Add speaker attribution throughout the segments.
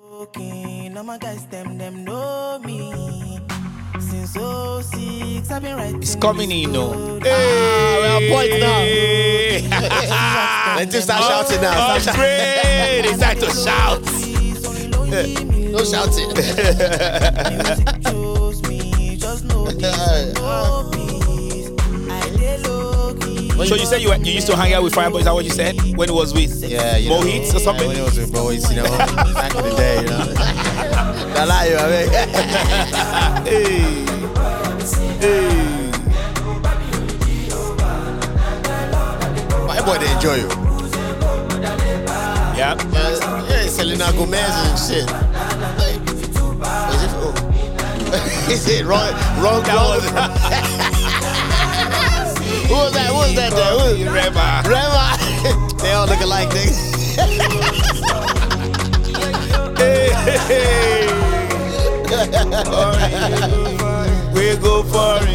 Speaker 1: talking. All my guys, them, them know me. Since 06, I've been writing.
Speaker 2: It's coming in, no.
Speaker 3: Ah, we are point now.
Speaker 2: Let's
Speaker 3: Let's Ah, just start shouting
Speaker 2: Oh,
Speaker 3: now. Start shouting.
Speaker 2: Upgrade! It's time to shout.
Speaker 3: No shouting.
Speaker 2: So you said you, were- you used to hang out with Fireboy, is that what you said? When it was with
Speaker 3: Yeah, you know,
Speaker 2: Mohit or something?
Speaker 3: Yeah, when it was with Mohit, you know, back in the day, you know. I lie, you know what I mean?
Speaker 2: Hey. Hey.
Speaker 3: My boy, they enjoy you.
Speaker 2: Yeah.
Speaker 3: Yeah, yeah, Selena Gomez and shit. Like, was it? Oh. Is it wrong? Wrong.
Speaker 2: That
Speaker 3: wrong.
Speaker 2: was-
Speaker 3: Who was that? Who was that? There? Who?
Speaker 2: Rema.
Speaker 3: Grandma. they all look alike, nigga.
Speaker 2: Hey. Alright. we go for it.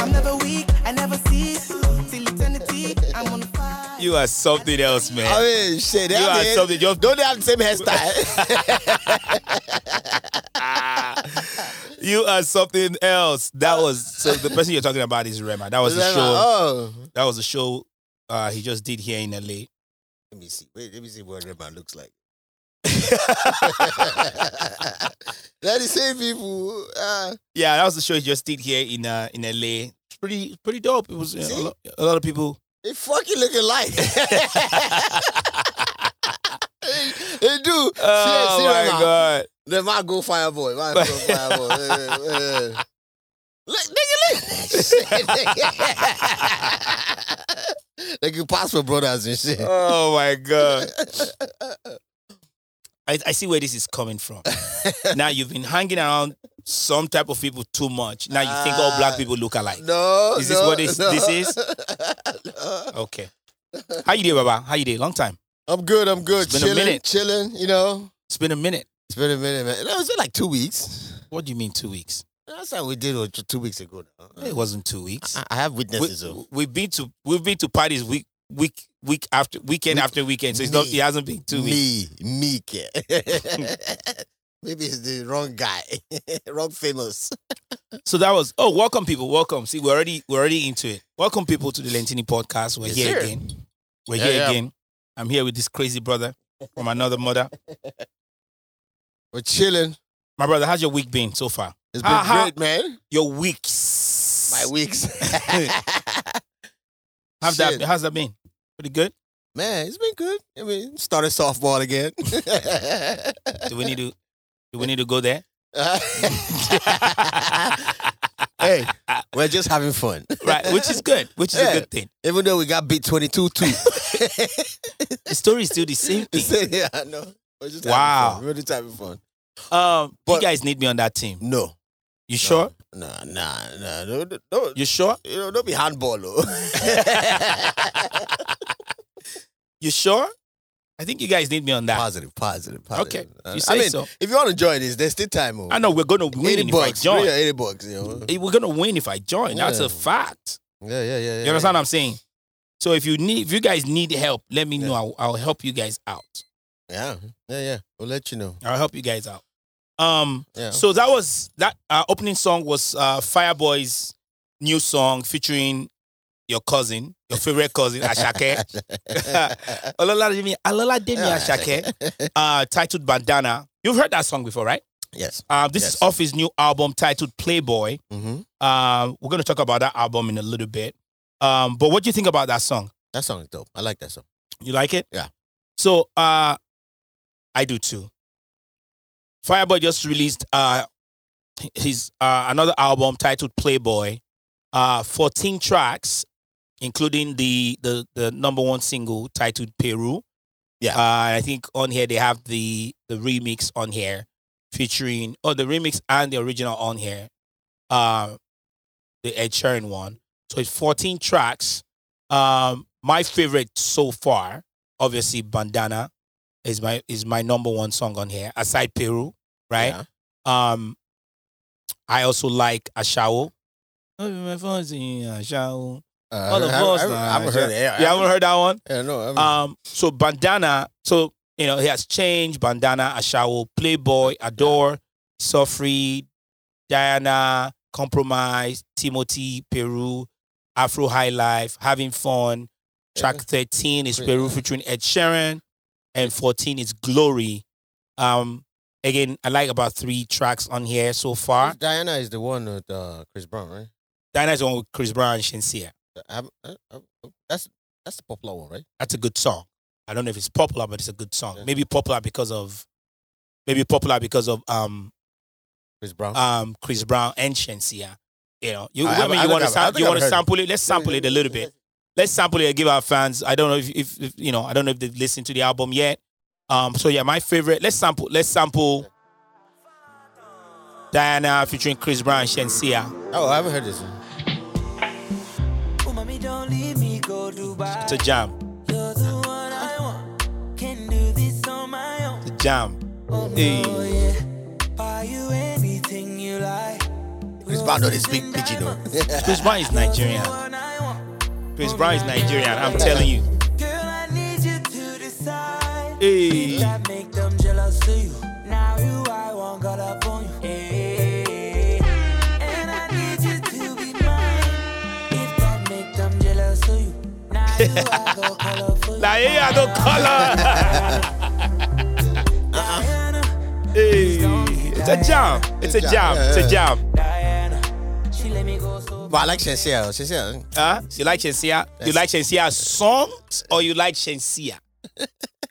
Speaker 1: I'm never weak, I never cease. Till eternity, I'm on fire.
Speaker 2: You are something else, man.
Speaker 3: I mean, shit. They
Speaker 2: You
Speaker 3: have
Speaker 2: are
Speaker 3: the-
Speaker 2: something, just-
Speaker 3: Don't they have the same hairstyle?
Speaker 2: You are something else. That was so the person you're talking about is Rema. That was the
Speaker 3: Grandma,
Speaker 2: show.
Speaker 3: Oh.
Speaker 2: That was the show uh, he just did here in LA.
Speaker 3: Let me see. Wait, let me see what Redman looks like. They're the same people. Uh,
Speaker 2: Yeah, that was the show he just did here in uh, in LA. It's pretty pretty dope. It was you know,
Speaker 3: See?
Speaker 2: a, lot, a lot of people.
Speaker 3: they fucking look alike. they, they do.
Speaker 2: Oh
Speaker 3: see, see
Speaker 2: my
Speaker 3: Redman.
Speaker 2: god!
Speaker 3: Then my go fireboy. My go fireboy. Eh, eh. Look, nigga, look. they can pass for brothers and shit.
Speaker 2: Oh my god! I, I see where this is coming from. now you've been hanging around some type of people too much. Now you think all black
Speaker 3: Ah.
Speaker 2: people look alike.
Speaker 3: No.
Speaker 2: Is this
Speaker 3: no,
Speaker 2: what this-
Speaker 3: no.
Speaker 2: this is?
Speaker 3: No.
Speaker 2: Okay. How you doing, Baba? How you doing? Long time.
Speaker 3: I'm good. I'm good.
Speaker 2: It's been a
Speaker 3: chilling,
Speaker 2: minute.
Speaker 3: chilling. You know,
Speaker 2: It's been a minute.
Speaker 3: it's been a minute, man. No, it's been like two weeks.
Speaker 2: What do you mean two weeks?
Speaker 3: That's how we did it two- two weeks ago. now.
Speaker 2: It wasn't two weeks.
Speaker 3: I- I have
Speaker 2: we,
Speaker 3: witnesses. though.
Speaker 2: we've been to we've been to parties week week week after weekend after weekend. So it's not it
Speaker 3: Me.
Speaker 2: hasn't been two weeks.
Speaker 3: me, me, kid. Maybe it's the wrong guy, wrong famous.
Speaker 2: So that was oh welcome people, welcome. See, we're already we're already into it. Welcome people to the Lentini podcast. We're
Speaker 3: Yes,
Speaker 2: here
Speaker 3: sir.
Speaker 2: again. We're
Speaker 3: Yeah,
Speaker 2: here
Speaker 3: yeah.
Speaker 2: again. I'm here with this crazy brother from another mother.
Speaker 3: We're chilling.
Speaker 2: My brother, how's your week been so far?
Speaker 3: It's been
Speaker 2: Aha.
Speaker 3: great, man.
Speaker 2: Your weeks.
Speaker 3: My weeks,
Speaker 2: How's that
Speaker 3: Shit.
Speaker 2: how's that been? Pretty good?
Speaker 3: man. It's been good. I mean, started softball again.
Speaker 2: Do we need to do we need to go there?
Speaker 3: hey, we're just having fun,
Speaker 2: Right, which is good, which is
Speaker 3: Yeah.
Speaker 2: a good thing.
Speaker 3: Even though we got beat twenty two two.
Speaker 2: The story is still the same thing.
Speaker 3: Yeah, I know. We're just having
Speaker 2: Wow.
Speaker 3: fun. We're just having fun.
Speaker 2: Um, you
Speaker 3: But-
Speaker 2: guys need me on that team.
Speaker 3: No.
Speaker 2: You sure?
Speaker 3: Nah, nah, nah. No, no, no.
Speaker 2: You sure?
Speaker 3: You know, don't be handball, though.
Speaker 2: You sure? I think you guys need me on that.
Speaker 3: positive, positive,
Speaker 2: Okay,
Speaker 3: positive. Uh,
Speaker 2: you say
Speaker 3: I mean,
Speaker 2: so.
Speaker 3: if you want to join this, there's still time. Oh.
Speaker 2: I know we're gonna win
Speaker 3: 80
Speaker 2: if I
Speaker 3: bucks.
Speaker 2: join.
Speaker 3: Yeah, 80 bucks. You know?
Speaker 2: Eh, We're gonna win if I join. That's
Speaker 3: Yeah.
Speaker 2: a fact.
Speaker 3: Yeah, yeah, yeah. yeah.
Speaker 2: You understand what I'm saying? So if you need, if you guys need help, let me
Speaker 3: Yeah.
Speaker 2: know. I'll, I'll help you guys out.
Speaker 3: Yeah, yeah, yeah. We'll let you know.
Speaker 2: I'll help you guys out. Um.
Speaker 3: Yeah.
Speaker 2: So that was that. Uh, opening song was uh, Fireboy's new song featuring your cousin, your favorite cousin Ashake. Olola Demi, Olola Demi Ashake. Uh, titled Bandana. You've heard that song before, right?
Speaker 3: yes.
Speaker 2: Uh, this is
Speaker 3: Yes.
Speaker 2: off his new album titled Playboy.
Speaker 3: Mm-hmm.
Speaker 2: Uh, we're gonna talk about that album in a little bit. Um, but what do you think about that song?
Speaker 3: That song is dope. I like that song.
Speaker 2: You like it?
Speaker 3: Yeah.
Speaker 2: So uh, I do too. Fireboy just released uh, his uh, another album titled Playboy, uh, 14 tracks, including the, the the number one single titled Peru.
Speaker 3: Yeah.
Speaker 2: Uh, I think on here they have the the remix on here, featuring oh the remix and the original on here, uh, the Ed Sheeran one. So it's 14 tracks. Um, my favorite so far, obviously, Bandana is my is my number one song on here, aside Peru, right?
Speaker 3: Yeah.
Speaker 2: Um, I also like Ashao. Oh, my phone's in Ashao.
Speaker 3: Uh,
Speaker 2: All of
Speaker 3: I,
Speaker 2: us
Speaker 3: I,
Speaker 2: now,
Speaker 3: I haven't heard it.
Speaker 2: You haven't heard that one?
Speaker 3: Yeah, no. I haven't-
Speaker 2: Um, so bandana. So You know, he has Change, Bandana, Ashawo, Playboy, Adore, Sofri, Diana, Compromise, Timothy, Peru, Afro High Life, Having Fun. Track 13 is
Speaker 3: Great.
Speaker 2: Peru featuring Ed Sheeran, and 14 is Glory. Um, again, I like about three tracks on here so far.
Speaker 3: Diana is the one with uh, Chris Brown, right?
Speaker 2: Diana's one with Chris Brown and Shinsia.
Speaker 3: I, I, I- that's that's the popular one, right?
Speaker 2: That's a good song. I don't know if it's popular, but it's a good song.
Speaker 3: Yeah.
Speaker 2: Maybe popular because of maybe popular because of um
Speaker 3: Chris Brown.
Speaker 2: um Chris Brown and Shensia. You know, you
Speaker 3: I
Speaker 2: I,
Speaker 3: haven't-
Speaker 2: mean
Speaker 3: I
Speaker 2: you
Speaker 3: think
Speaker 2: want to
Speaker 3: I've- I think
Speaker 2: you
Speaker 3: I've
Speaker 2: want to
Speaker 3: heard it.
Speaker 2: sample it. Let's sample it a little bit. Let's sample it and give our fans. I don't know if, if, if you know. I don't know if they've listened to the album yet. Um. So yeah, my favorite. Let's sample. Let's sample. Diana featuring Chris Brown and Shensia.
Speaker 3: Oh, I haven't heard this one.
Speaker 1: Oh, mommy, don't leave me, go Dubai.
Speaker 2: It's a jam.
Speaker 1: You're the one I want. Can do this on my own.
Speaker 2: It's a jam.
Speaker 1: Oh,
Speaker 2: Hey.
Speaker 1: yeah. Buy you anything you like.
Speaker 3: Chris Brown don't speak pidgin, no.
Speaker 2: Chris Brown is Nigerian. Chris Brown is Nigerian. I'm telling you.
Speaker 1: Girl, I need you to decide.
Speaker 2: Hey.
Speaker 1: That make them jealous to you. Now you, I won't got up on you. Hey. And I need you to be mine. If that make them jealous to you. Now you, I go call up for you.
Speaker 2: Like, hey, I don't color.
Speaker 1: Diana,
Speaker 2: Uh-uh. hey. It's a jam. It's a jam. It's a jam.
Speaker 1: Diana, she let me go so
Speaker 3: But I like Sincere. Sincere.
Speaker 2: Huh? You like Shensia? You like Shensia's songs or you like Shensia?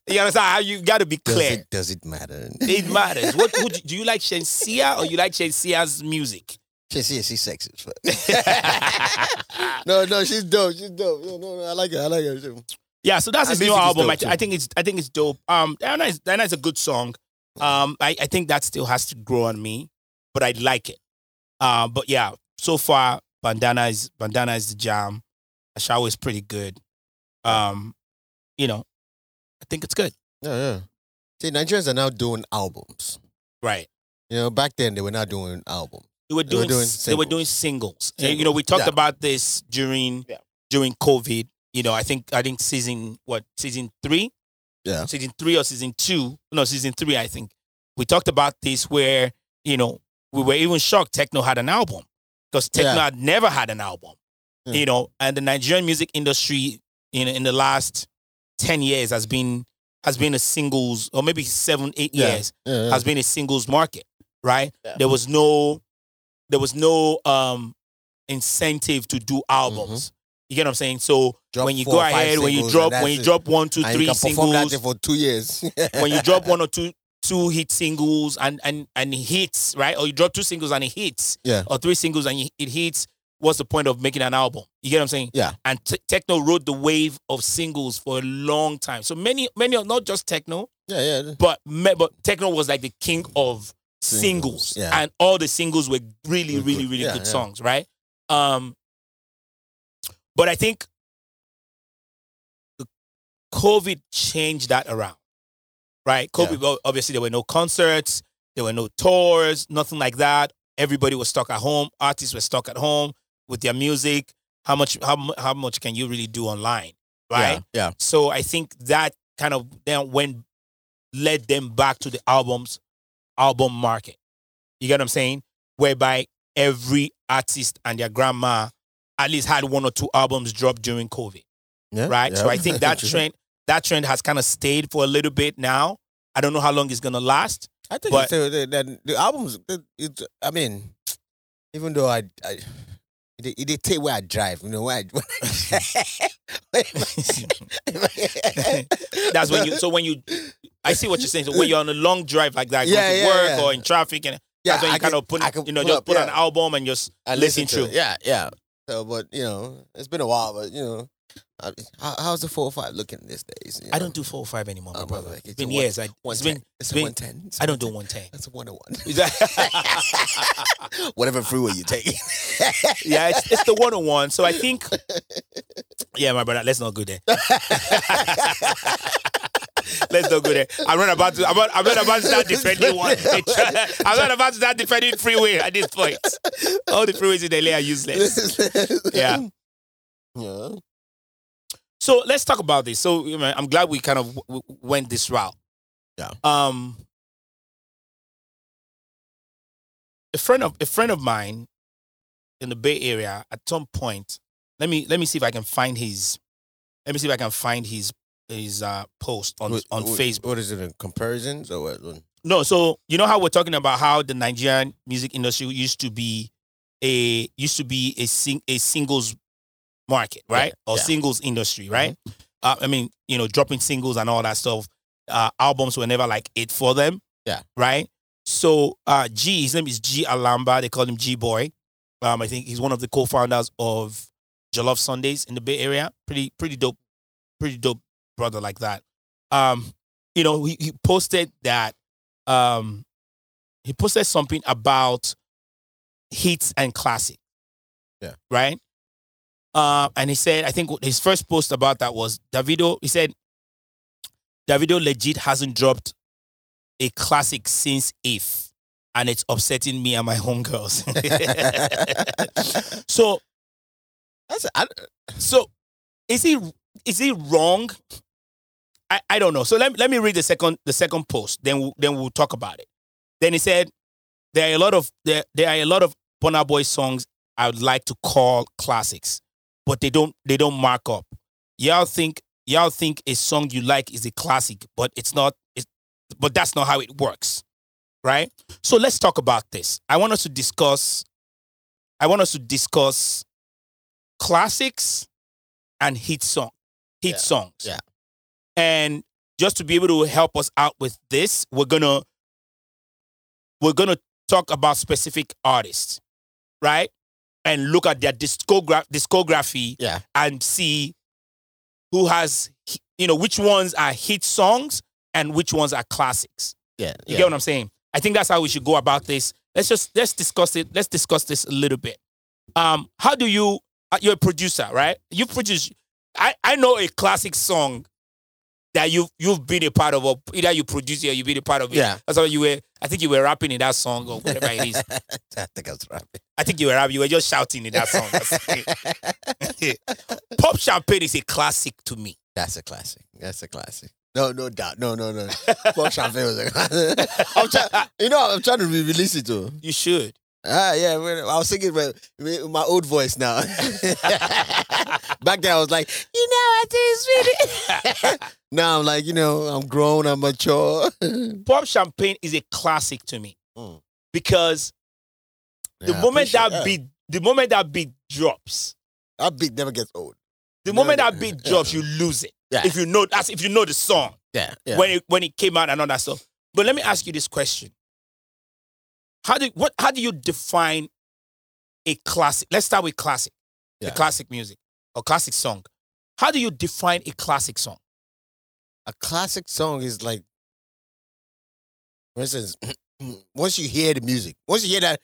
Speaker 2: You understand how you got to be
Speaker 3: Does
Speaker 2: clear.
Speaker 3: it, does it matter?
Speaker 2: It matters. What who, do do you like Shensia or you like Shensia's music?
Speaker 3: Sincere, she's sexy. as fuck. no, no, she's dope. She's dope. No, no, no, I like her. I like her. She-
Speaker 2: Yeah, so that's
Speaker 3: And
Speaker 2: his new
Speaker 3: music is
Speaker 2: album.
Speaker 3: dope
Speaker 2: I,
Speaker 3: too.
Speaker 2: I think it's I think it's dope. Um, Diana is, Diana is a good song. Um, I, I think that still has to grow on me, but I like it. Uh, but yeah, so far bandana is bandana is the jam. Ashawa is pretty good. Um, you know, I think it's good.
Speaker 3: Yeah, yeah. See, Nigerians are now doing albums.
Speaker 2: Right.
Speaker 3: You know, back then they were not doing album.
Speaker 2: They were
Speaker 3: They were
Speaker 2: doing,
Speaker 3: doing
Speaker 2: s- they were
Speaker 3: singles.
Speaker 2: doing singles. And, You
Speaker 3: Singles,
Speaker 2: know, we talked
Speaker 3: yeah.
Speaker 2: about this during
Speaker 3: Yeah.
Speaker 2: during COVID. You know, I think I think season what season three,
Speaker 3: Yeah.
Speaker 2: season three or season two? No, season three. I think we talked about this where you know we were even shocked Techno had an album because Techno
Speaker 3: Yeah.
Speaker 2: had
Speaker 3: Hmm.
Speaker 2: never had an album.
Speaker 3: Yeah.
Speaker 2: You know, and the Nigerian music industry in in the last ten years has been has been a singles or maybe seven eight
Speaker 3: Yeah.
Speaker 2: years
Speaker 3: Yeah, yeah.
Speaker 2: has been a singles market, right?
Speaker 3: Yeah.
Speaker 2: There was no there was no um incentive to do albums. You get what I'm saying? So
Speaker 3: Mm-hmm. Drop
Speaker 2: when you
Speaker 3: four
Speaker 2: go
Speaker 3: or five
Speaker 2: ahead, when you
Speaker 3: singles
Speaker 2: drop
Speaker 3: and
Speaker 2: when you
Speaker 3: that's it.
Speaker 2: drop one, two,
Speaker 3: And
Speaker 2: three
Speaker 3: you can perform that
Speaker 2: singles,
Speaker 3: thing for two years.
Speaker 2: when you drop one or two two hit singles and and and it hits, right? Or you drop two singles and it hits,
Speaker 3: Yeah.
Speaker 2: or three singles and it hits. What's the point of making an album? You get what I'm saying?
Speaker 3: Yeah.
Speaker 2: And t- techno rode the wave of singles for a long time. So many, many, not just techno,
Speaker 3: yeah, yeah.
Speaker 2: but me- but techno was like the king of singles,
Speaker 3: Singles, yeah.
Speaker 2: and all the singles were really,
Speaker 3: Were
Speaker 2: really,
Speaker 3: good.
Speaker 2: really
Speaker 3: Yeah,
Speaker 2: good
Speaker 3: yeah.
Speaker 2: songs, right? Um, but I think the COVID changed that around, right? COVID well, obviously there were no concerts, there were no tours, nothing like that. Everybody was stuck at home. Artists were stuck at home with their music. How much? How, mu- how much can you really do online, right?
Speaker 3: Yeah.
Speaker 2: So I think that kind of then went led them back to the albums album market. You get what I'm saying? Whereby every artist and their grandma at least had one or two albums dropped during COVID.
Speaker 3: yeah.
Speaker 2: Right.
Speaker 3: yeah.
Speaker 2: So I think that
Speaker 3: True.
Speaker 2: trend that trend has kind of stayed for a little bit now. I don't know how long it's gonna last.
Speaker 3: I think
Speaker 2: But-
Speaker 3: it's, uh, the, the, the albums. It, it, I mean, even though I, I it, dey- it did take where I drive. You know where I.
Speaker 2: That's when you so when you I see what you're saying. So when you're on a long drive like that,
Speaker 3: Yeah,
Speaker 2: going to
Speaker 3: yeah,
Speaker 2: work
Speaker 3: yeah.
Speaker 2: or in traffic and that's when you
Speaker 3: I
Speaker 2: kind
Speaker 3: can-
Speaker 2: of put
Speaker 3: I can
Speaker 2: you know,
Speaker 3: pull
Speaker 2: just
Speaker 3: up,
Speaker 2: put
Speaker 3: yeah.
Speaker 2: an album and just
Speaker 3: I
Speaker 2: listen
Speaker 3: to
Speaker 2: to.
Speaker 3: it. Yeah, yeah. So, but you know, it's been a while. But you know, I, how, how's the four or five looking these days? you
Speaker 2: I
Speaker 3: know?
Speaker 2: don't do four or five anymore, my
Speaker 3: Oh,
Speaker 2: brother.
Speaker 3: brother,
Speaker 2: It's
Speaker 3: it's
Speaker 2: been
Speaker 3: a one-
Speaker 2: years. I,
Speaker 3: One
Speaker 2: it's been,
Speaker 3: ten. It's
Speaker 2: it's been-
Speaker 3: one ten.
Speaker 2: I don't do one ten.
Speaker 3: That's a one on one.
Speaker 2: yeah,
Speaker 3: Whatever freeway you take.
Speaker 2: it's, it's the one on one. So I think, yeah, my brother, let's not go there. let's not go there. I'm not about to. I'm not, I'm not about to start defending one. I'm not about to start defending freeway at this point. All the freeways in LA are useless. oh, Yeah.
Speaker 3: Yeah.
Speaker 2: So let's talk about this. So you know, I'm glad we kind of w- w- went this route.
Speaker 3: Yeah.
Speaker 2: Um, a friend of a friend of mine in the Bay Area at some point. Let me let me see if I can find his. Let me see if I can find his his uh, post on
Speaker 3: What-
Speaker 2: on
Speaker 3: what-
Speaker 2: Facebook.
Speaker 3: What is it in comparisons or what?
Speaker 2: No, so you know how we're talking about how the Nigerian music industry used to be a used to be a sing, a singles market, right?
Speaker 3: Yeah, Mm-hmm.
Speaker 2: Or
Speaker 3: yeah.
Speaker 2: singles industry, right? Uh, I mean, you know, dropping singles and all that stuff. Uh, albums were never like it for them.
Speaker 3: Yeah.
Speaker 2: Right. So uh, G, his name is G Alamba. They call him G Boy. Um, I think he's one of the co-founders of Jollof Sundays in the Bay Area. Pretty, pretty dope, pretty dope brother like that. Um, you know, he, he posted that um he posted something about hits and classic.
Speaker 3: Yeah.
Speaker 2: Right? Uh, and he said, I think his first post about that was Davido. He said, Davido legit hasn't dropped a classic since If, and it's upsetting me and my homegirls. so,
Speaker 3: That's I,
Speaker 2: so is he is he wrong? I, I don't know. So let, let me read the second the second post. Then we'll, then we'll talk about it. Then he said there are a lot of there, there are a lot of Bonner Boy songs I would like to call classics, but they don't they don't mark up. Y'all think y'all think a song you like is a classic, but it's not. It's, but that's not how it works, right? So let's talk about this. I want us to discuss. I want us to discuss classics and hit song, hit
Speaker 3: Yeah,
Speaker 2: songs.
Speaker 3: yeah.
Speaker 2: And just to be able to help us out with this, we're gonna we're gonna talk about specific artists, right? And look at their discogra- discography
Speaker 3: yeah,
Speaker 2: and see who has you know which ones are hit songs and which ones are classics.
Speaker 3: yeah.
Speaker 2: You
Speaker 3: yeah.
Speaker 2: get what I'm saying? I think that's how we should go about this. Let's just let's discuss it. Let's discuss this a little bit. Um, how do you? uh, You're a producer, right? You produce. I I know a classic song that you you've been a part of, or either you produce it or you've been a part of it.
Speaker 3: Yeah.
Speaker 2: That's how you were. I think you were rapping in that song or whatever it is.
Speaker 3: I think I was
Speaker 2: I think you were rapping. You were just shouting in that song. That's-
Speaker 3: rapping.
Speaker 2: Pop champagne is a classic to me.
Speaker 3: That's a classic. That's a classic. No, no doubt. No, no, no. Fuck Champagne was a classic. I'm trying. You know, I'm trying to re-release it too.
Speaker 2: You should.
Speaker 3: Ah, yeah. when- I was singing my with my old voice now. Back then, I was like, you know, I just really. now I'm like, you know, I'm grown. I'm mature.
Speaker 2: Pop champagne is a classic to me
Speaker 3: Mm.
Speaker 2: because the
Speaker 3: Yeah, I
Speaker 2: moment
Speaker 3: appreciate
Speaker 2: that beat, the moment that beat drops,
Speaker 3: that beat never gets old.
Speaker 2: The
Speaker 3: No,
Speaker 2: moment
Speaker 3: no,
Speaker 2: that beat
Speaker 3: yeah.
Speaker 2: drops, you lose it.
Speaker 3: Yeah.
Speaker 2: If you know that's if you know the song
Speaker 3: Yeah, yeah.
Speaker 2: when it when it came out and all that stuff. But let me ask you this question: How do what how do you define a classic? Let's start with classic,
Speaker 3: Yeah.
Speaker 2: the classic music or classic song. How do you define a classic song?
Speaker 3: a classic song is like, for instance, once you hear the music, once you hear that,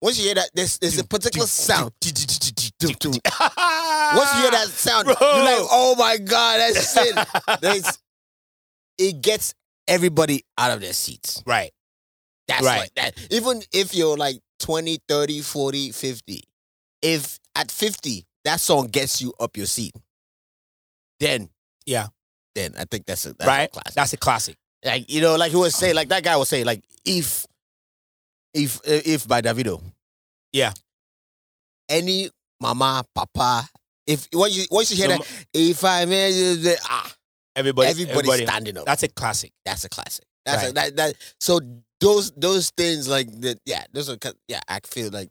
Speaker 3: once you hear that, there's there's a particular sound. Once you hear that sound,
Speaker 2: Ah, Bro.
Speaker 3: you're like, oh my god, that's it. There's, it gets everybody out of their seats.
Speaker 2: right,
Speaker 3: That's
Speaker 2: Right.
Speaker 3: like that. Even if you're like 20, 30, 40, 50, if at 50 that song gets you up your seat, then
Speaker 2: Yeah.
Speaker 3: then I think that's a that's
Speaker 2: right.
Speaker 3: a classic
Speaker 2: That's a classic.
Speaker 3: like you know, like he was saying, like that guy was saying, like if, if, eh, if by Davido,
Speaker 2: Yeah.
Speaker 3: any mama, papa, if once you once you hear
Speaker 2: No
Speaker 3: that, if I may, you say, ah,
Speaker 2: Everybody,
Speaker 3: everybody's
Speaker 2: everybody.
Speaker 3: standing up.
Speaker 2: That's a classic.
Speaker 3: That's a classic. That's
Speaker 2: Right.
Speaker 3: a, that that. So those those things like that, yeah, those are cl- yeah. I feel like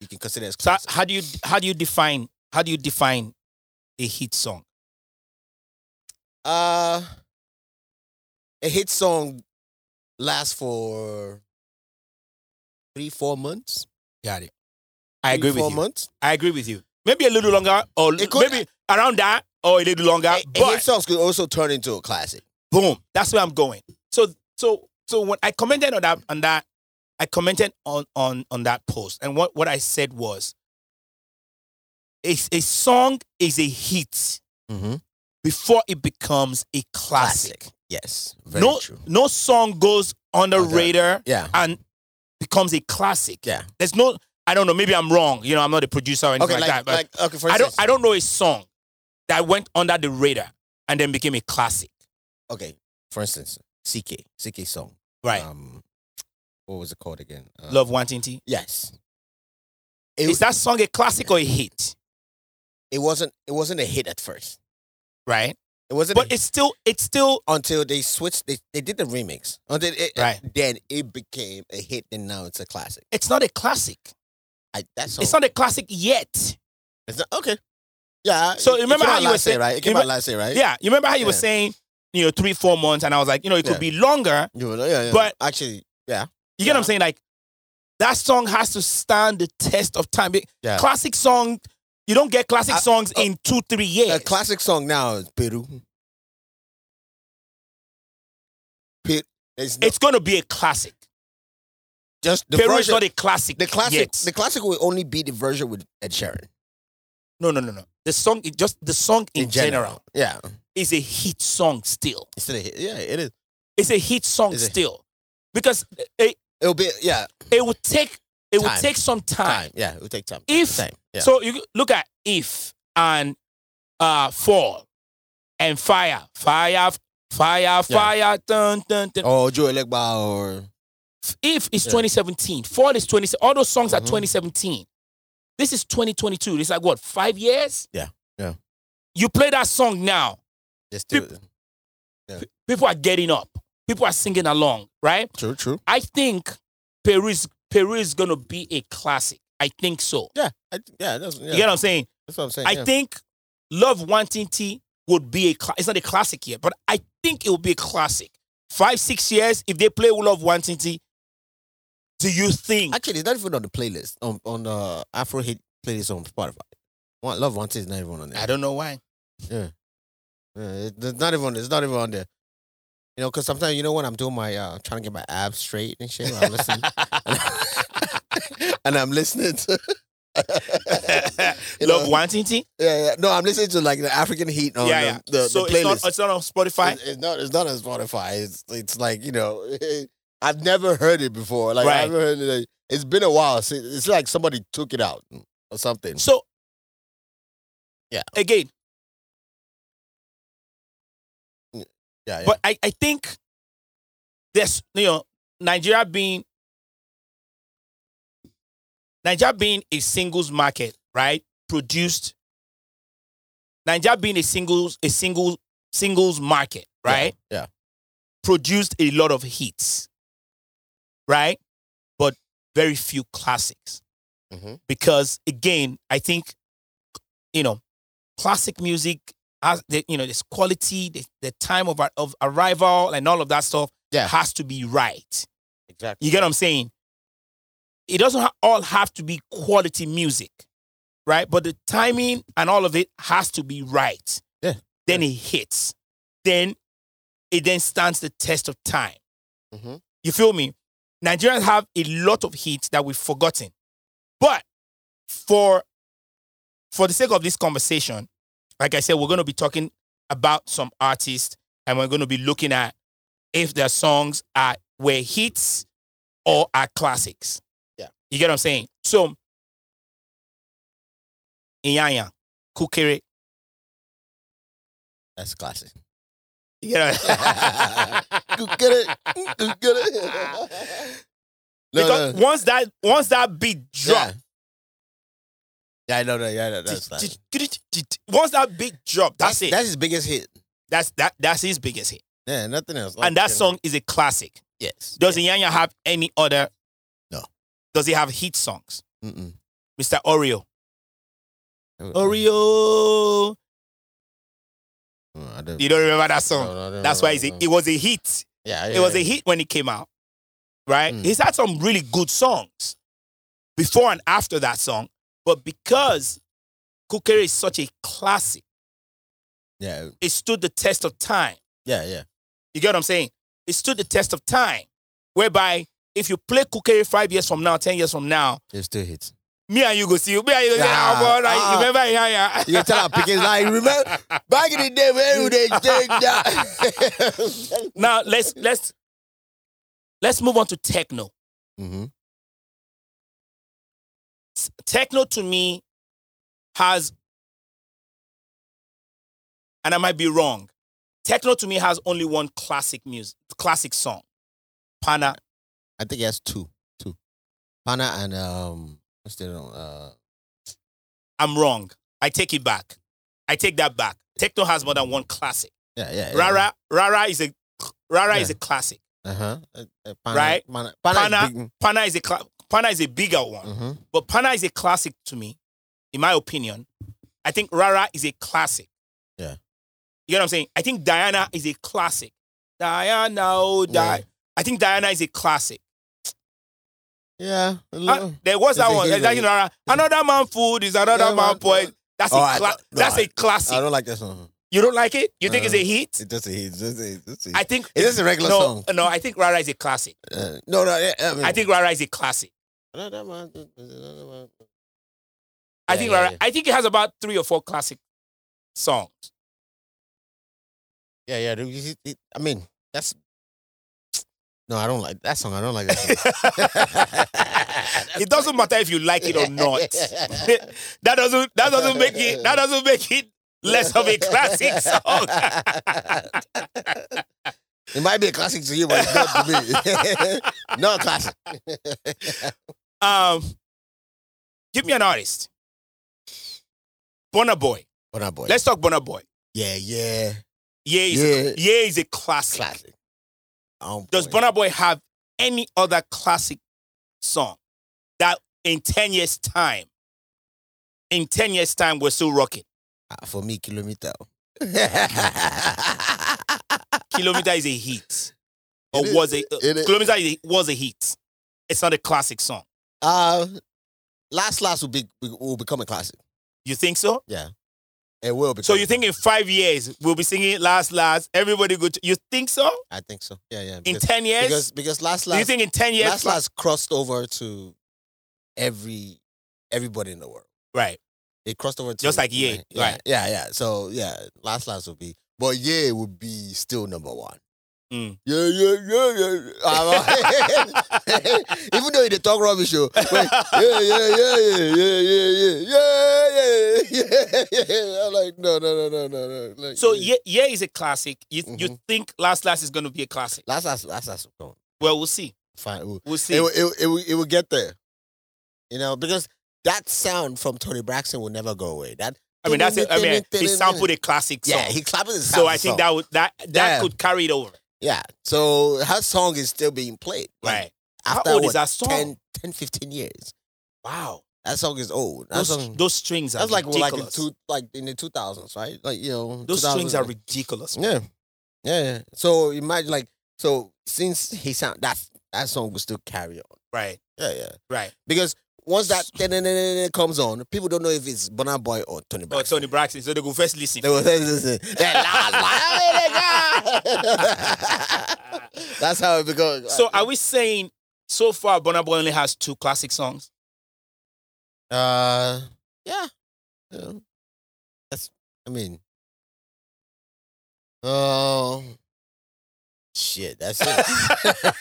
Speaker 3: you can consider as
Speaker 2: So
Speaker 3: classic.
Speaker 2: how do you how do you define how do you define a hit song?
Speaker 3: Uh, a hit song lasts for three four months.
Speaker 2: Got it. I
Speaker 3: Three,
Speaker 2: agree
Speaker 3: four
Speaker 2: with you.
Speaker 3: months. Mm.
Speaker 2: I agree with you. Maybe a little longer, or
Speaker 3: It could-
Speaker 2: maybe around that, or a little longer.
Speaker 3: A- a
Speaker 2: but
Speaker 3: hit songs could also turn into a classic.
Speaker 2: boom, that's where I'm going. So, so, so when I commented on that, on that, I commented on on on that post, and what what I said was, a a song is a hit
Speaker 3: Mm-hmm.
Speaker 2: before it becomes a classic.
Speaker 3: Yes. Very
Speaker 2: No,
Speaker 3: true.
Speaker 2: no song goes on the
Speaker 3: On the-
Speaker 2: radar
Speaker 3: Yeah.
Speaker 2: and becomes a classic.
Speaker 3: Yeah.
Speaker 2: There's no, I don't know. Maybe I'm wrong. You know, I'm not a producer or anything
Speaker 3: Okay.
Speaker 2: like,
Speaker 3: Like, like,
Speaker 2: that. But
Speaker 3: okay. For
Speaker 2: I don't
Speaker 3: instance,
Speaker 2: I don't know a song that went under the radar and then became a classic.
Speaker 3: okay. For instance, CK CK song.
Speaker 2: Right.
Speaker 3: Um, what was it called again? Uh,
Speaker 2: Love Wanting Tea.
Speaker 3: Yes. It,
Speaker 2: Is that song a classic or a hit?
Speaker 3: it wasn't it wasn't a hit at first.
Speaker 2: Right.
Speaker 3: It wasn't. a
Speaker 2: But it's still it's still
Speaker 3: until they switched they, they did the remix until it,
Speaker 2: Right.
Speaker 3: then it became a hit and now it's a classic
Speaker 2: it's not a classic.
Speaker 3: I, that's
Speaker 2: It's not a classic yet.
Speaker 3: it's not okay yeah
Speaker 2: So
Speaker 3: it- it
Speaker 2: remember
Speaker 3: came
Speaker 2: how
Speaker 3: out
Speaker 2: you were
Speaker 3: last year,
Speaker 2: saying-
Speaker 3: right it came
Speaker 2: remember-
Speaker 3: out last year right
Speaker 2: Yeah. You remember how you were
Speaker 3: Yeah.
Speaker 2: saying, you know, three, four months, and I was like, you know, it could
Speaker 3: Yeah.
Speaker 2: be longer.
Speaker 3: You were- yeah, yeah.
Speaker 2: But-
Speaker 3: actually
Speaker 2: You get what I'm
Speaker 3: Yeah.
Speaker 2: saying? Like that song has to stand the test of time. Be-
Speaker 3: Yeah.
Speaker 2: Classic song, you don't get classic
Speaker 3: I-
Speaker 2: songs
Speaker 3: uh,
Speaker 2: in two, three years.
Speaker 3: a classic song now is Peru Pe- it's, not
Speaker 2: it's gonna be a classic.
Speaker 3: just the
Speaker 2: Peru is
Speaker 3: version
Speaker 2: not a classic.
Speaker 3: the classic
Speaker 2: yet.
Speaker 3: the classic will only be the version with Ed Sheeran
Speaker 2: no, no, no, no. The song, it just the song in, general,
Speaker 3: yeah
Speaker 2: is a hit song still.
Speaker 3: it's still a hit. yeah it is
Speaker 2: It's a hit song
Speaker 3: Is it-
Speaker 2: still, because it
Speaker 3: it'll be yeah
Speaker 2: it would take it would
Speaker 3: Time.
Speaker 2: take some time.
Speaker 3: time yeah it'll take time
Speaker 2: If-
Speaker 3: time yeah
Speaker 2: So you look at if and uh fall and fire, fire, fire, fire, dun, dun, dun.
Speaker 3: or Joe Elegba or
Speaker 2: If is
Speaker 3: Yeah.
Speaker 2: 2017, Fall is 20. All those songs are
Speaker 3: Mhm.
Speaker 2: 2017. This is 2022. It's like what five years?
Speaker 3: Yeah, yeah.
Speaker 2: You play that song now,
Speaker 3: just
Speaker 2: Peop-
Speaker 3: do it.
Speaker 2: people are getting up, people are singing along, right?
Speaker 3: True, true.
Speaker 2: I think Peru is Peru is gonna be a classic. I think so.
Speaker 3: Yeah, I, yeah, that's, yeah
Speaker 2: You get what I'm saying?
Speaker 3: that's what I'm saying.
Speaker 2: I
Speaker 3: yeah.
Speaker 2: think Love Wanting Tea would be a cla- it's not a classic yet, but I think it will be a classic. Five six years if they play Love Wanting Tea. Do you think?
Speaker 3: actually it's not even on the playlist on on the Afro hit playlist on Spotify. One Love One is not even on there.
Speaker 2: I don't know why.
Speaker 3: Yeah, it- it's not even. It's not even on there. You know, because sometimes you know when I'm doing my uh, trying to get my abs straight and shit, I'm listening, and I'm listening to. You know,
Speaker 2: Love Wanting Tea.
Speaker 3: yeah, yeah. No, I'm listening to like the African Heat on
Speaker 2: yeah,
Speaker 3: the,
Speaker 2: yeah.
Speaker 3: the,
Speaker 2: so
Speaker 3: the
Speaker 2: it's
Speaker 3: playlist.
Speaker 2: not it's not on Spotify.
Speaker 3: It's, it's not. It's not on Spotify. It's it's like you know, I've never heard it before. Like
Speaker 2: Right.
Speaker 3: I've heard it. like- it's been a while. It's, it's like somebody took it out or something.
Speaker 2: So
Speaker 3: Yeah.
Speaker 2: again,
Speaker 3: Yeah, yeah.
Speaker 2: But I, I think there's you know Nigeria being Nigeria being a singles market, right? Produced Nigeria being a singles a single singles market, right?
Speaker 3: Yeah.
Speaker 2: Produced a lot of hits, right? But very few classics
Speaker 3: Mhm.
Speaker 2: because again, I think you know classic music has the, you know this quality, the, the time of, ar- of arrival, and all of that stuff
Speaker 3: Yeah.
Speaker 2: has to be right.
Speaker 3: Exactly.
Speaker 2: You get what I'm saying? It doesn't ha- all have to be quality music, right? But the timing and all of it has to be right.
Speaker 3: Yeah.
Speaker 2: Then it hits. Then it then stands the test of time.
Speaker 3: Mhm.
Speaker 2: You feel me? Nigerians have a lot of hits that we've forgotten. But for for the sake of this conversation, like I said, we're going to be talking about some artists and we're going to be looking at if their songs are were hits or are classics.
Speaker 3: Yeah.
Speaker 2: You get what I'm saying? So Iyanya, Kukere,
Speaker 3: That's classic.
Speaker 2: you get what
Speaker 3: Go get it. Go get it. No,
Speaker 2: Because
Speaker 3: no.
Speaker 2: once that once that beat drop,
Speaker 3: Yeah. Yeah, I know that. Yeah, I know that's
Speaker 2: Ch-
Speaker 3: classic.
Speaker 2: ch- ch- ch- ch- Once that big drop, that's, it.
Speaker 3: That's his biggest hit.
Speaker 2: That's that. That's his biggest hit,
Speaker 3: Yeah, nothing else.
Speaker 2: and that
Speaker 3: you know,
Speaker 2: song is a classic.
Speaker 3: Yes.
Speaker 2: Does Iyanya have any other?
Speaker 3: No.
Speaker 2: Does he have hit songs,
Speaker 3: Mm-mm.
Speaker 2: Mister Oreo? Oh, Oreo.
Speaker 3: Mm, I don't.
Speaker 2: You don't remember that
Speaker 3: no,
Speaker 2: song?
Speaker 3: no, no,
Speaker 2: That's
Speaker 3: no,
Speaker 2: why it's a,
Speaker 3: no.
Speaker 2: it was a hit.
Speaker 3: Yeah,
Speaker 2: It was a hit when it came out, right?
Speaker 3: Mm.
Speaker 2: He's had some really good songs before and after that song, but because Kukere is such a classic,
Speaker 3: Yeah,
Speaker 2: it stood the test of time.
Speaker 3: yeah, yeah.
Speaker 2: You get what I'm saying? It stood the test of time, whereby if you play Kukere five years from now, ten years from now,
Speaker 3: It still hits.
Speaker 2: me and you go see you, me and you go see,
Speaker 3: Nah,
Speaker 2: ah, boy, like,
Speaker 3: uh-uh.
Speaker 2: you remember, yeah, yeah.
Speaker 3: You can tell our pickings like remember back in the day when they take that.
Speaker 2: now let's let's let's move on to techno.
Speaker 3: mm-hmm.
Speaker 2: s- techno to me has and i might be wrong Techno to me has only one classic music, classic song. Pana,
Speaker 3: I think he has two, two, Pana and um, what's the other one? Uh,
Speaker 2: I'm wrong. I take it back. I take that back. Techno has more than one classic.
Speaker 3: yeah, yeah, yeah.
Speaker 2: Rara, Rara is a Rara is
Speaker 3: Eh. Yeah.
Speaker 2: a classic.
Speaker 3: uh-huh, uh, uh, Pana,
Speaker 2: Right?
Speaker 3: Pana,
Speaker 2: Pana-
Speaker 3: Pana,
Speaker 2: Pana is a cla- Pana is a bigger one,
Speaker 3: hmm
Speaker 2: but Pana is a classic to me, in my opinion. I think Rara is a classic.
Speaker 3: Yeah.
Speaker 2: you know what I'm saying. I think Diana is a classic. Diana, oh, Di-
Speaker 3: Yeah.
Speaker 2: I think Diana is a classic.
Speaker 3: yeah. a
Speaker 2: Uh,
Speaker 3: little-
Speaker 2: there was that
Speaker 3: Mm-hmm. It's a
Speaker 2: one.
Speaker 3: hero.
Speaker 2: Exactly, Rara. Another man food is another
Speaker 3: Yeah,
Speaker 2: man
Speaker 3: man.
Speaker 2: poet. That's
Speaker 3: Oh,
Speaker 2: a
Speaker 3: I
Speaker 2: cla-
Speaker 3: don't- no,
Speaker 2: that's
Speaker 3: I-
Speaker 2: a classic.
Speaker 3: I don't like that song.
Speaker 2: you don't like it? You think it's a
Speaker 3: Uh,
Speaker 2: hit?
Speaker 3: It doesn't. It doesn't. It doesn't.
Speaker 2: I think
Speaker 3: It is a regular
Speaker 2: no,
Speaker 3: song.
Speaker 2: No, I think Rara is a classic.
Speaker 3: Uh, no, no. yeah, I, mean,
Speaker 2: I think Rara is a classic.
Speaker 3: No, that one, uh, that one.
Speaker 2: I
Speaker 3: Yeah,
Speaker 2: think
Speaker 3: yeah,
Speaker 2: Rara,
Speaker 3: yeah.
Speaker 2: I think it has about three or four classic songs.
Speaker 3: Yeah, yeah. dude, you- you- I mean, that's. No, I don't like that song. I don't like that song.
Speaker 2: it doesn't matter if you like it or not. that doesn't that doesn't make it that doesn't make it less of a classic song.
Speaker 3: it might be a classic to you, but it's not to me. not a classic.
Speaker 2: um, give me an artist. Bonner Boy.
Speaker 3: But boy.
Speaker 2: Let's talk Bonner Boy.
Speaker 3: yeah, yeah.
Speaker 2: Yeah, is
Speaker 3: Yeah.
Speaker 2: A, yeah is a classic.
Speaker 3: Classic. On
Speaker 2: Does
Speaker 3: point.
Speaker 2: Bonner Boy have any other classic song that in 10 years' time, in 10 years' time, we're still rocking?
Speaker 3: Ah, for me, kilometer.
Speaker 2: Kilometer is a hit. Or
Speaker 3: It is.
Speaker 2: was a,
Speaker 3: It is.
Speaker 2: Kilometer is a, was a hit. It's not a classic song.
Speaker 3: uh, last last will be will become a classic.
Speaker 2: You think so?
Speaker 3: It will become.
Speaker 2: So you
Speaker 3: a
Speaker 2: think in five years we'll be singing "Last Last"? Everybody go. To, you think so?
Speaker 3: I think so. Yeah, yeah.
Speaker 2: In
Speaker 3: Because,
Speaker 2: ten years?
Speaker 3: because because last
Speaker 2: Do you
Speaker 3: last
Speaker 2: think in ten years?
Speaker 3: last last crossed over to every everybody in the world.
Speaker 2: right.
Speaker 3: It crossed over to
Speaker 2: Just like Ye,
Speaker 3: yeah,
Speaker 2: right.
Speaker 3: Yeah, yeah. So yeah, last last would be, but yeah, would be still number one.
Speaker 2: Mm.
Speaker 3: Yeah, yeah, yeah, yeah. yeah. Ah, Even though they talk rubbish, yo. but Yeah, yeah, yeah, yeah, yeah, yeah, yeah, yeah, yeah, yeah, yeah. I'm like, no, no, no, no, no, no. Like,
Speaker 2: So yeah, yeah is a classic. You you
Speaker 3: Mhm.
Speaker 2: think "Last Last" is going to be a classic?
Speaker 3: last last last last. No,
Speaker 2: Well, we'll see.
Speaker 3: fine. We'll,
Speaker 2: We'll see.
Speaker 3: it, will- it, will- it, will- it will get there. You know, because that sound from Tony Braxton will never go away. That
Speaker 2: I mean, that's. it. I mean, he sampled a classic song.
Speaker 3: Yeah, he clapped his
Speaker 2: so I think that would that that
Speaker 3: Yeah.
Speaker 2: could carry it over.
Speaker 3: Yeah. So her song is still being played. like,
Speaker 2: Right.
Speaker 3: After
Speaker 2: How old
Speaker 3: what,
Speaker 2: is that song?
Speaker 3: 10, 10, 15 years.
Speaker 2: Wow.
Speaker 3: That song is old. That
Speaker 2: Those,
Speaker 3: song,
Speaker 2: those strings are
Speaker 3: that's like
Speaker 2: ridiculous.
Speaker 3: like in two like in the two thousands, right? Like you know,
Speaker 2: those strings are
Speaker 3: 2000.
Speaker 2: ridiculous.
Speaker 3: yeah, yeah, yeah. So imagine like so since he sound that that song will still carry on.
Speaker 2: Right.
Speaker 3: Yeah, yeah.
Speaker 2: Right.
Speaker 3: Because once that comes on, people don't know if it's Bonner Boy or Tony
Speaker 2: Or
Speaker 3: Braxton.
Speaker 2: Oh, Tony Braxton. So they go first listen.
Speaker 3: They will- They're loud, loud, oh my God. That's how it goes.
Speaker 2: So are we saying so far Bonner Boy only has two classic songs?
Speaker 3: Uh, yeah. Yeah. That's. I mean. Oh. shit. That's it.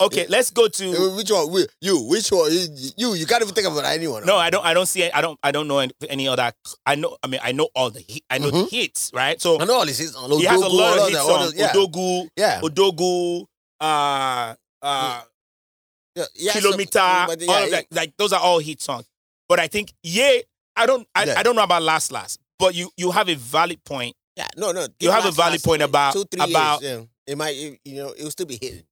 Speaker 2: Okay, let's go to
Speaker 3: which one? Whi- You? Which one? You? You, you can't even think about anyone.
Speaker 2: no, I don't. I don't see. I don't. I don't know any other. I know. I mean, I know all the. Hit, I know
Speaker 3: Mhm.
Speaker 2: the hits, right? So
Speaker 3: I know all this is.
Speaker 2: he has a lot of hits on
Speaker 3: Yeah.
Speaker 2: Odogu,
Speaker 3: Yeah.
Speaker 2: Odogu, uh, uh,
Speaker 3: yeah, Mm, yeah, so- mm,
Speaker 2: Kilometer,
Speaker 3: but yeah,
Speaker 2: all of
Speaker 3: it-
Speaker 2: that. Like those are all hit songs. But I think yeah, I don't. I,
Speaker 3: Yeah.
Speaker 2: I don't know about Last Last, but you you have a valid point.
Speaker 3: Yeah. No. No.
Speaker 2: You
Speaker 3: give
Speaker 2: have a
Speaker 3: last-
Speaker 2: valid
Speaker 3: last
Speaker 2: point about-
Speaker 3: two, three years,
Speaker 2: about-
Speaker 3: yeah. It might. It, you know. It will still be hidden.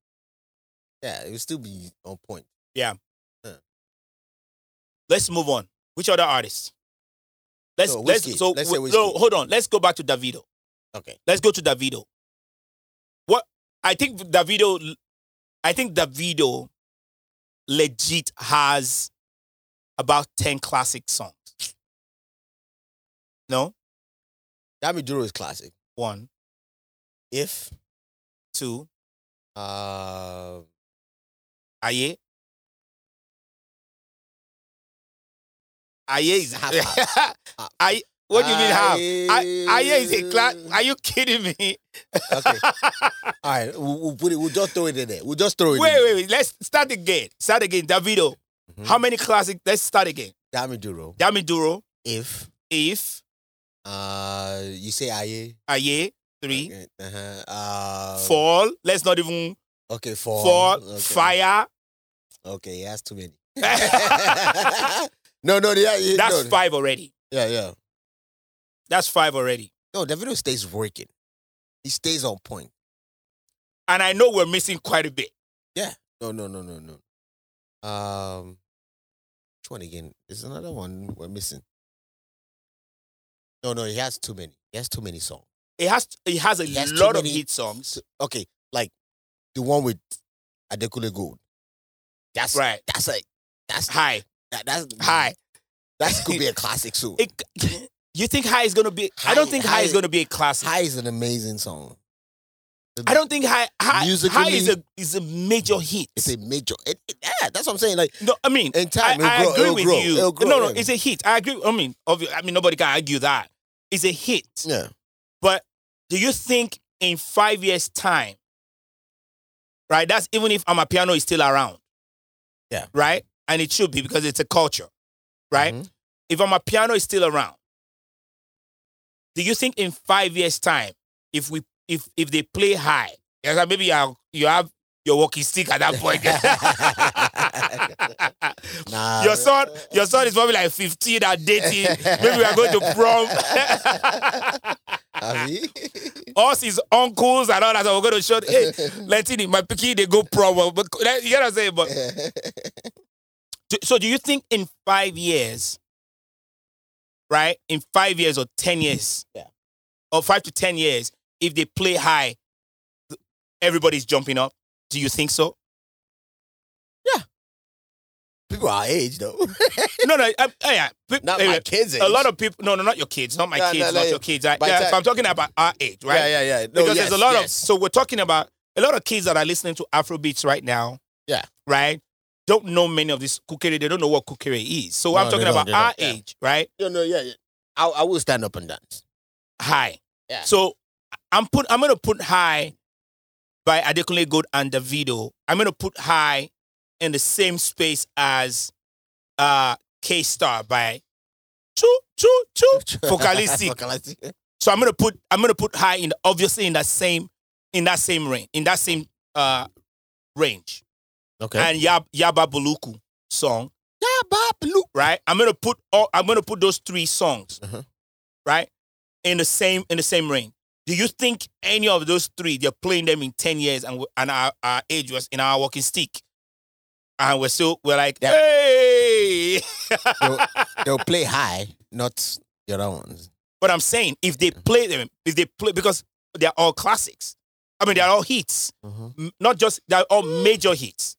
Speaker 3: Yeah. It will still be on point.
Speaker 2: Let's move on. Which other artists? Let's
Speaker 3: So,
Speaker 2: let's
Speaker 3: Whiskey.
Speaker 2: so
Speaker 3: Let's say
Speaker 2: w-
Speaker 3: Whiskey.
Speaker 2: no hold on. Let's go back to Davido.
Speaker 3: Okay.
Speaker 2: Let's go to Davido. What I think Davido, I think Davido, legit has about ten classic songs. No,
Speaker 3: Dami Duro is classic.
Speaker 2: one,
Speaker 3: If.
Speaker 2: two,
Speaker 3: Uh,
Speaker 2: Aye. Aye is half.
Speaker 3: Half.
Speaker 2: Aye, what do you mean half? I,
Speaker 3: Aye.
Speaker 2: Aye is a class. Are you kidding me?
Speaker 3: Okay. All right, we'll, we'll put it. We'll just throw it in there. We'll just throw it.
Speaker 2: Wait, wait, wait. Let's start again. Start again. Davido.
Speaker 3: Mhm.
Speaker 2: How many classic? Let's start again.
Speaker 3: Dami Duro.
Speaker 2: Dami Duro.
Speaker 3: If
Speaker 2: If
Speaker 3: Uh, you say Aye.
Speaker 2: Aye, three,
Speaker 3: Okay, uh-huh. uh,
Speaker 2: fall. Let's not even
Speaker 3: Okay, four.
Speaker 2: fall.
Speaker 3: okay.
Speaker 2: Fire.
Speaker 3: Okay, that's too many. no, no, yeah, yeah,
Speaker 2: That's
Speaker 3: no.
Speaker 2: five already.
Speaker 3: Yeah, yeah.
Speaker 2: That's five already.
Speaker 3: No, Davido stays working. He stays on point.
Speaker 2: And I know we're missing quite a bit.
Speaker 3: No, no, no, no, no. Um, which one again? There's another one we're missing. No, no, he has too many. He has too many songs.
Speaker 2: It has it has a
Speaker 3: It has too
Speaker 2: lot of
Speaker 3: many-
Speaker 2: hit songs.
Speaker 3: Okay, like the one with Adekule Gold. That's
Speaker 2: Right.
Speaker 3: That's a that's
Speaker 2: High.
Speaker 3: that, that's
Speaker 2: High.
Speaker 3: That could be a classic too.
Speaker 2: It, you think high is gonna be I don't
Speaker 3: High-
Speaker 2: think high, is
Speaker 3: high-
Speaker 2: gonna be a classic.
Speaker 3: High is an amazing song.
Speaker 2: I don't think high high, high
Speaker 3: Musically-
Speaker 2: is a is a major hit.
Speaker 3: It's a major. It, it, yeah, that's what I'm saying. Like
Speaker 2: No, I mean,
Speaker 3: In time,
Speaker 2: I, I
Speaker 3: it'll
Speaker 2: agree
Speaker 3: grow- it'll
Speaker 2: with
Speaker 3: grow,
Speaker 2: you.
Speaker 3: it'll grow,
Speaker 2: no, no,
Speaker 3: yeah.
Speaker 2: it's a hit. I agree. I mean, obvi- I mean, nobody can argue that it's a hit.
Speaker 3: yeah,
Speaker 2: But do you think in five years' time, right? That's even if I'm a piano is still around,
Speaker 3: Yeah.
Speaker 2: right? And it should be because it's a culture, right?
Speaker 3: Mhm.
Speaker 2: If I'm a piano is still around, do you think in five years' time, if we if if they play high, yeah, like maybe you have, you have your walking stick at that point.
Speaker 3: mm-hmm. Nah, uh,
Speaker 2: Your son, your son is probably like 15 and dating. Maybe we are going to prom.
Speaker 3: Abi?
Speaker 2: Us, his uncles and all that. So we're going to show, hey, Lentini, my picking, they go prom. You get what I'm saying? But, do- so do you think in five years, right? In five years or 10 years,
Speaker 3: Mm-hmm. Yeah.
Speaker 2: or five to 10 years, if they play high, th- everybody's jumping up. Do you think so?
Speaker 3: People our age though.
Speaker 2: No, no. I, I, I, pe-
Speaker 3: Not
Speaker 2: eh,
Speaker 3: my kids. Age.
Speaker 2: a lot of people. No, no, not your kids. Not my
Speaker 3: No,
Speaker 2: kids.
Speaker 3: no,
Speaker 2: not
Speaker 3: like-
Speaker 2: your kids. I,
Speaker 3: by
Speaker 2: yeah,
Speaker 3: time-
Speaker 2: so I'm talking about our age, right?
Speaker 3: Yeah, yeah, yeah. No,
Speaker 2: Because
Speaker 3: yes,
Speaker 2: there's a lot of.
Speaker 3: yes.
Speaker 2: So we're talking about a lot of kids that are listening to Afro beats right now.
Speaker 3: Yeah.
Speaker 2: Right. Don't know many of this kukere. They don't know what kukere is. So
Speaker 3: No,
Speaker 2: I'm
Speaker 3: they
Speaker 2: talking
Speaker 3: don't,
Speaker 2: about
Speaker 3: they
Speaker 2: our
Speaker 3: don't, yeah.
Speaker 2: age, right?
Speaker 3: No, no, yeah, yeah. I, I will stand up and dance.
Speaker 2: High.
Speaker 3: Yeah.
Speaker 2: So I'm put. I'm gonna put high by Adekunle Gold and Davido. I'm gonna put high in the same space as uh K Star by. Choo choo choo. Focalistic.
Speaker 3: Focalistic.
Speaker 2: So I'm gonna put I'm gonna put high in the, obviously in that same in that same range in that same uh range
Speaker 3: Okay.
Speaker 2: and Yab, Yaba Buluku song
Speaker 3: yeah, Bob, look.
Speaker 2: right. I'm gonna put all I'm gonna put those three songs
Speaker 3: Uh-huh.
Speaker 2: right in the same in the same range. Do you think any of those three they're playing them in ten years and we- and our, our age was in our walking stick and we're still we're like
Speaker 3: Yeah.
Speaker 2: hey.
Speaker 3: They'll, they'll play high, not the other ones.
Speaker 2: But I'm saying if they play them if they play because they're all classics. I mean they're all hits. m- not just they are all major hits.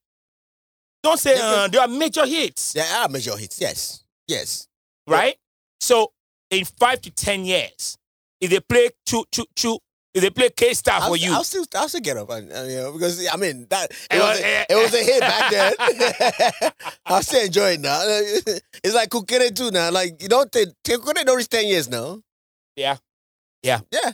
Speaker 2: Don't say
Speaker 3: Yeah.
Speaker 2: uh, they are major hits,
Speaker 3: There are ah, major hits. Yes, yes.
Speaker 2: right? So in five to ten years, if they play two, two, two, if they play K Star
Speaker 3: I'll,
Speaker 2: for you, uh,
Speaker 3: I'll still, I'll still get up, and, and, you know, because I mean that
Speaker 2: It
Speaker 3: it
Speaker 2: was-
Speaker 3: was, a, it was a hit back then. I still enjoy it now. It's like Kukere too now. Like you don't take Kukere don't reach ten years now.
Speaker 2: Yeah. Yeah.
Speaker 3: yeah,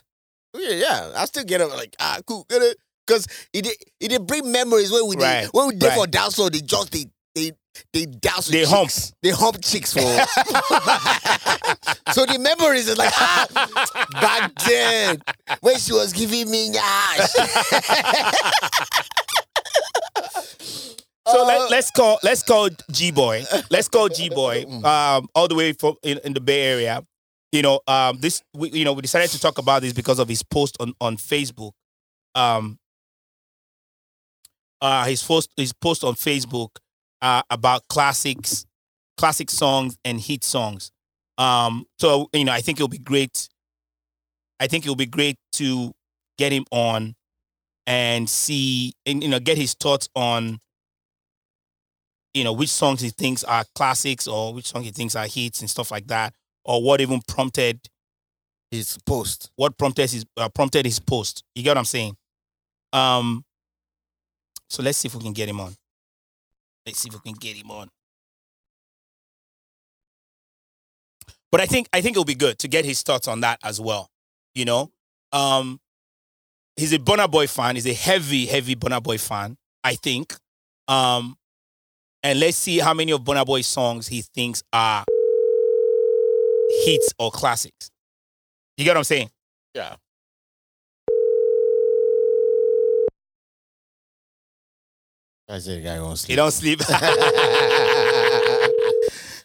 Speaker 3: yeah, yeah. I still get up like ah Kukere because it did- it did bring memories when we
Speaker 2: Right,
Speaker 3: did when we did
Speaker 2: right.
Speaker 3: for dance. So they just they they they dance. with
Speaker 2: they hump.
Speaker 3: chicks. They hump chicks for. so the memories is like ah, back then when she was giving me nyash.
Speaker 2: So
Speaker 3: Uh,
Speaker 2: let, let's call let's call G Boy. Let's call G Boy um, all the way from in, in the Bay Area. You know, um, this we, you know we decided to talk about this because of his post on on Facebook. Um, uh, his post his post on Facebook uh, about classics, classic songs and hit songs. Um, so you know, I think it'll be great. I think it'll be great to get him on and see and you know get his thoughts on you know which songs he thinks are classics or which songs he thinks are hits and stuff like that or what even prompted
Speaker 3: His post.
Speaker 2: what prompted his uh, prompted his post you get what i'm saying um so let's see if we can get him on let's see if we can get him on but i think i think it'll be good to get his thoughts on that as well you know um he's a Bonner Boy fan. He's a heavy, heavy Bonner Boy fan, I think. Um, and let's see how many of Bonner Boy's songs he thinks are hits or classics. You get what I'm saying?
Speaker 3: Yeah. I said the guy gonna
Speaker 2: They
Speaker 3: sleep.
Speaker 2: don't sleep.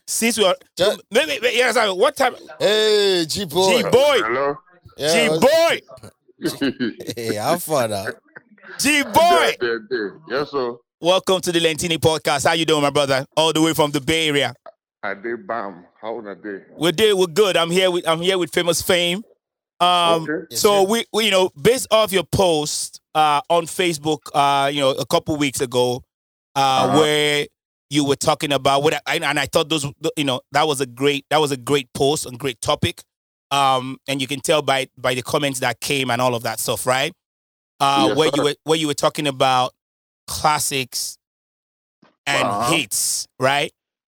Speaker 2: Since we are,
Speaker 3: Ju-
Speaker 2: wait, wait, wait, yes, I- what time?
Speaker 3: hey, G
Speaker 2: G
Speaker 3: boy.
Speaker 2: boy,
Speaker 4: Hello?
Speaker 2: G
Speaker 3: what's-
Speaker 2: boy,
Speaker 3: Hey, how far now?
Speaker 2: G boy.
Speaker 4: Yeah, yeah. Yes, sir.
Speaker 2: Welcome to the Lentini podcast. How you doing, my brother? All the way from the Bay Area.
Speaker 4: I did bomb. How on a day?
Speaker 2: We're there. We're good. I'm here with I'm here with famous fame. Um,
Speaker 4: Okay.
Speaker 3: Yes,
Speaker 2: so
Speaker 3: sir.
Speaker 2: we, we, you know, based off your post uh, on Facebook, uh, you know, a couple weeks ago, uh,
Speaker 4: Uh-huh.
Speaker 2: where you were talking about what, I, and I thought those, you know, that was a great, that was a great post and great topic. Um, and you can tell by by the comments that came and all of that stuff, right? Uh,
Speaker 4: Yes,
Speaker 2: where
Speaker 4: sir.
Speaker 2: you were where you were talking about classics and
Speaker 4: Uh-huh.
Speaker 2: hits, right?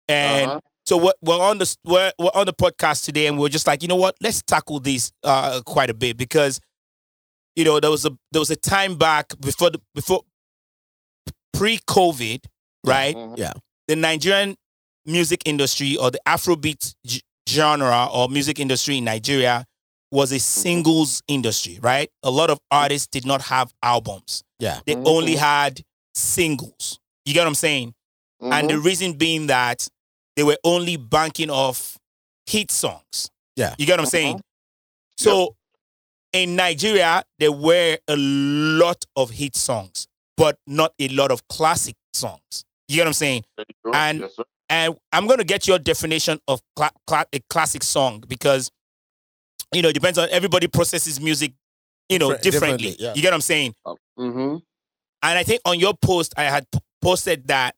Speaker 2: And
Speaker 4: Uh-huh.
Speaker 2: so we're, we're on the we're, we're on the podcast today, and we're just like, you know what? Let's tackle these uh, quite a bit because you know there was a there was a time back before the, before pre-COVID, right?
Speaker 4: Mhm.
Speaker 2: The Nigerian music industry or the Afrobeat g- genre or music industry in Nigeria was a singles industry, right? A lot of artists did not have albums;
Speaker 3: Yeah.
Speaker 2: they
Speaker 4: Mhm.
Speaker 2: only had singles. You get what I'm saying?
Speaker 4: Uh-huh.
Speaker 2: and
Speaker 4: Mm-hmm.
Speaker 3: Mm-hmm.
Speaker 2: the reason being that they were only banking off hit songs.
Speaker 3: Yeah.
Speaker 2: you get what I'm
Speaker 4: Mhm.
Speaker 2: saying. So in Nigeria, there were a lot of hit songs, but not a lot of classic songs. You get what I'm saying.
Speaker 4: There you go.
Speaker 2: and-
Speaker 4: yes, sir.
Speaker 2: And I'm gonna get your definition of cla- cla- a classic song because you know it depends on everybody processes music, you know,
Speaker 3: Different-
Speaker 2: differently.
Speaker 3: differently, yeah.
Speaker 2: You get what I'm saying.
Speaker 4: Mm-hmm.
Speaker 2: And I think on your post, I had p- posted that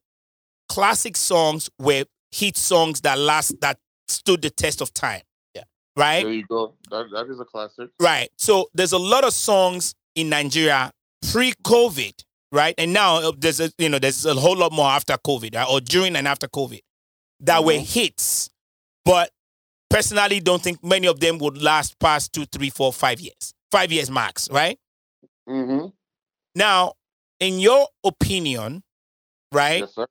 Speaker 2: classic songs were hit songs that last that stood the test of time.
Speaker 3: Yeah.
Speaker 2: Right.
Speaker 4: There you go. That, that is a classic.
Speaker 2: Right. So there's a lot of songs in Nigeria pre-COVID, right? And now uh, there's a, you know there's a whole lot more after COVID right? or during and after COVID that were
Speaker 4: Mhm.
Speaker 2: hits, but personally don't think many of them would last past two, three, four, five years, five years max, right?
Speaker 4: Mm-hmm.
Speaker 2: Now, in your opinion, right?
Speaker 4: Yes, sir.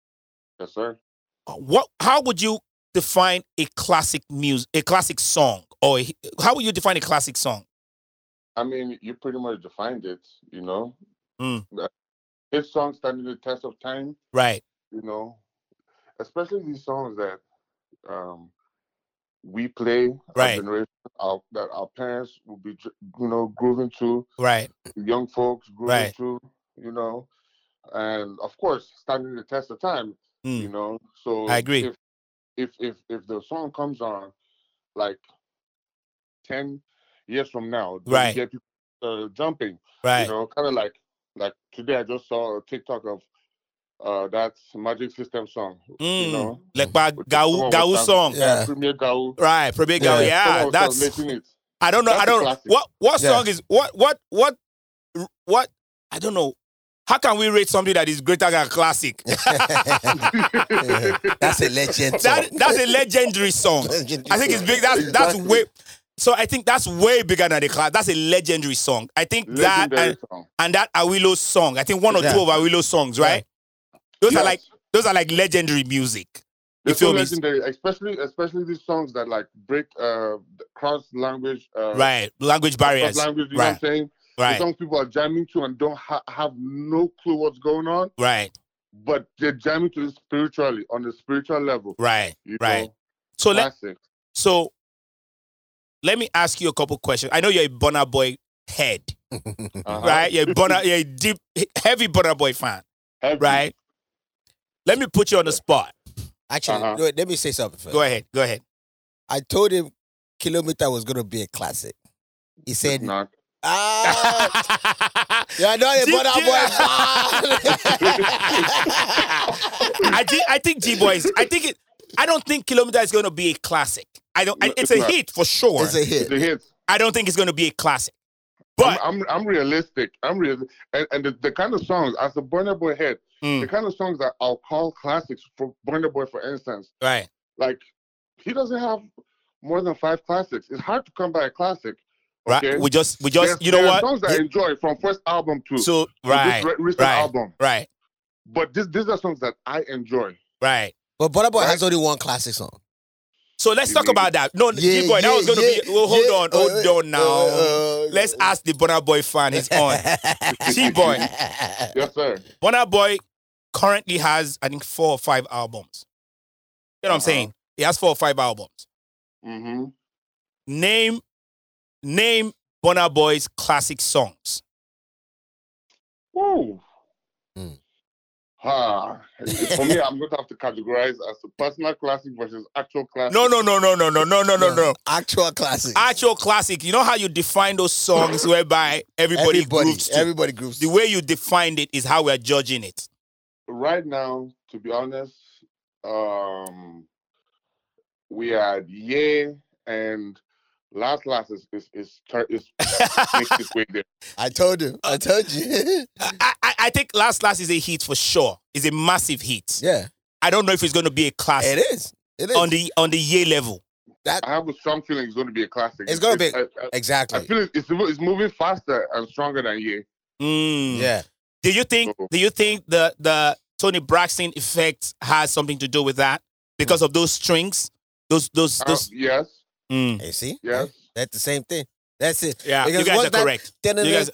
Speaker 4: Yes, sir.
Speaker 2: Uh, What? How would you define a classic music, a classic song, or a, how would you define a classic song?
Speaker 4: I mean, you pretty much defined it, you know.
Speaker 2: Mm.
Speaker 4: That- His song standing the test of time,
Speaker 2: Right.
Speaker 4: you know, especially these songs that um, we play, our
Speaker 2: Right.
Speaker 4: generation, our, that our parents will be, dr- you know, grooving to.
Speaker 2: Right.
Speaker 4: young folks grew
Speaker 2: Right.
Speaker 4: through, you know, and of course standing the test of time,
Speaker 2: Mm.
Speaker 4: you know. So
Speaker 2: I agree.
Speaker 4: If, if if if the song comes on like ten years from now, then you
Speaker 2: Right.
Speaker 4: get people uh, jumping,
Speaker 2: Right.
Speaker 4: you know, kind of like like today I just saw a TikTok of uh that Magic System song,
Speaker 2: Mm.
Speaker 4: you know.
Speaker 2: Like by
Speaker 4: Which is
Speaker 2: Gau
Speaker 4: someone
Speaker 2: Gau
Speaker 4: was uh,
Speaker 2: song.
Speaker 3: Yeah.
Speaker 4: Premier Gao.
Speaker 2: Right. Premier Gau.
Speaker 3: Yeah.
Speaker 2: Yeah. that's.
Speaker 4: making it.
Speaker 2: I don't know.
Speaker 4: that's
Speaker 2: I
Speaker 4: a
Speaker 2: don't.
Speaker 4: classic.
Speaker 2: What what
Speaker 3: Yeah.
Speaker 2: song is what what what what? I don't know. How can we rate something that is greater than a classic?
Speaker 3: That's a legend.
Speaker 2: That, that's a legendary song. I think it's big. That's that's
Speaker 4: Exactly.
Speaker 2: way. So I think that's way bigger than the class. That's a legendary song. I think that
Speaker 4: Legendary
Speaker 2: and,
Speaker 4: song.
Speaker 2: and that Awilo song. I think one or
Speaker 3: Yeah.
Speaker 2: two of Awilo's songs, right? Those
Speaker 4: Yes.
Speaker 2: are like those are like legendary music. You
Speaker 4: They're so
Speaker 2: feel me?
Speaker 4: legendary, especially especially these songs that like break uh the cross language uh
Speaker 2: Right. Language barriers.
Speaker 4: cross language, you know
Speaker 2: Right.
Speaker 4: what I'm saying? The
Speaker 2: Right.
Speaker 4: songs people are jamming to and don't ha- have no clue what's going on,
Speaker 2: Right.
Speaker 4: but they're jamming to it spiritually on the spiritual level.
Speaker 2: Right.
Speaker 4: You
Speaker 2: Right.
Speaker 4: Know?
Speaker 2: So let
Speaker 4: Classic.
Speaker 2: so let me ask you a couple questions. I know you're a Bonner Boy head,
Speaker 4: Uh-huh.
Speaker 2: Mm-hmm. right? You're a Bonner, you're a deep heavy Bonner Boy fan,
Speaker 4: Heavy.
Speaker 2: right? Let me put you on the spot.
Speaker 3: Actually,
Speaker 4: Uh-huh.
Speaker 3: wait, let me say something first.
Speaker 2: Go ahead. Go ahead.
Speaker 3: I told him Kilometer was gonna be a classic. He
Speaker 4: It's
Speaker 3: said,
Speaker 4: not.
Speaker 3: "Ah, you're not a
Speaker 2: Jim-
Speaker 3: mother
Speaker 2: Jim-
Speaker 3: boy." fan."
Speaker 2: I think I think G Boys. I think it. I don't think Kilometer is going to be a classic. I don't. I-
Speaker 4: No,
Speaker 2: it's
Speaker 4: it's
Speaker 2: a
Speaker 4: not.
Speaker 2: hit for sure.
Speaker 3: it's a hit.
Speaker 4: The hits.
Speaker 2: I don't think it's going to be a classic. But
Speaker 4: I'm, I'm I'm realistic. I'm real and, and the, the kind of songs as a Burner Boy head, the
Speaker 2: Mm,
Speaker 4: kind of songs that I'll call classics for Burner Boy for instance,
Speaker 2: right,
Speaker 4: like he doesn't have more than five classics. It's hard to come by a classic.
Speaker 2: right.
Speaker 4: Okay.
Speaker 2: We just, we just,
Speaker 4: There's-
Speaker 2: you know
Speaker 4: there are
Speaker 2: what?
Speaker 4: Songs that I enjoy from first album to to
Speaker 2: So
Speaker 4: this
Speaker 2: right,
Speaker 4: re- recent
Speaker 2: right.
Speaker 4: album,
Speaker 2: right,
Speaker 4: but this these are songs that I enjoy.
Speaker 2: right.
Speaker 3: But Burna Boy
Speaker 4: Right.
Speaker 3: has only one classic song.
Speaker 2: So let's talk about that. No,
Speaker 3: Yeah,
Speaker 2: G boy, Oh, that
Speaker 3: yeah,
Speaker 2: was gonna
Speaker 3: yeah,
Speaker 2: be. Well, hold
Speaker 3: yeah.
Speaker 2: on, hold
Speaker 3: Uh,
Speaker 2: on now.
Speaker 3: uh, uh,
Speaker 2: let's ask the Bonner Boy fan. He's on. G boy,
Speaker 4: Yes, sir.
Speaker 2: Bonner Boy currently has I think four or five albums. You know what I'm
Speaker 4: Uh-huh.
Speaker 2: saying? He has four or five albums.
Speaker 4: Mm-hmm.
Speaker 2: Name, name Bonner Boy's classic songs.
Speaker 4: Woo.
Speaker 2: Hmm.
Speaker 3: Mm.
Speaker 4: Ah, for me, I'm going to have to categorize as a personal classic versus actual classic.
Speaker 2: No, no, no, no, no, no, no, no, no, no.
Speaker 3: Actual classic.
Speaker 2: Actual classic. You know how you define those songs whereby everybody,
Speaker 3: everybody,
Speaker 2: grooves to.
Speaker 3: everybody groups.
Speaker 2: the way you defined it is how we're judging it.
Speaker 4: Right now, to be honest, um, we had Ye and Last Last is is is, tur- is makes its way there.
Speaker 3: I told him. I told you.
Speaker 2: I, I, I think Last Last is a hit for sure. It's a massive hit.
Speaker 3: yeah,
Speaker 2: I don't know if it's going to be a classic
Speaker 3: it is. It is
Speaker 2: on the on the year level.
Speaker 4: I have a strong feeling it's going to be a classic.
Speaker 3: It's gonna be-
Speaker 4: I, I- I,
Speaker 3: exactly.
Speaker 4: feel it, it's it's moving faster and stronger than Ye.
Speaker 2: Mm.
Speaker 3: Yeah,
Speaker 2: Do you think
Speaker 4: So-
Speaker 2: do you think the the Tony Braxton effect has something to do with that because of those strings? Those those
Speaker 4: Uh,
Speaker 2: those.
Speaker 4: yes,
Speaker 2: Mm.
Speaker 3: you see,
Speaker 4: yes.
Speaker 3: that's the same thing. That's it.
Speaker 2: Yeah, you
Speaker 3: Because
Speaker 2: guys
Speaker 3: once
Speaker 2: are
Speaker 3: that-
Speaker 2: correct.
Speaker 3: You
Speaker 2: guys-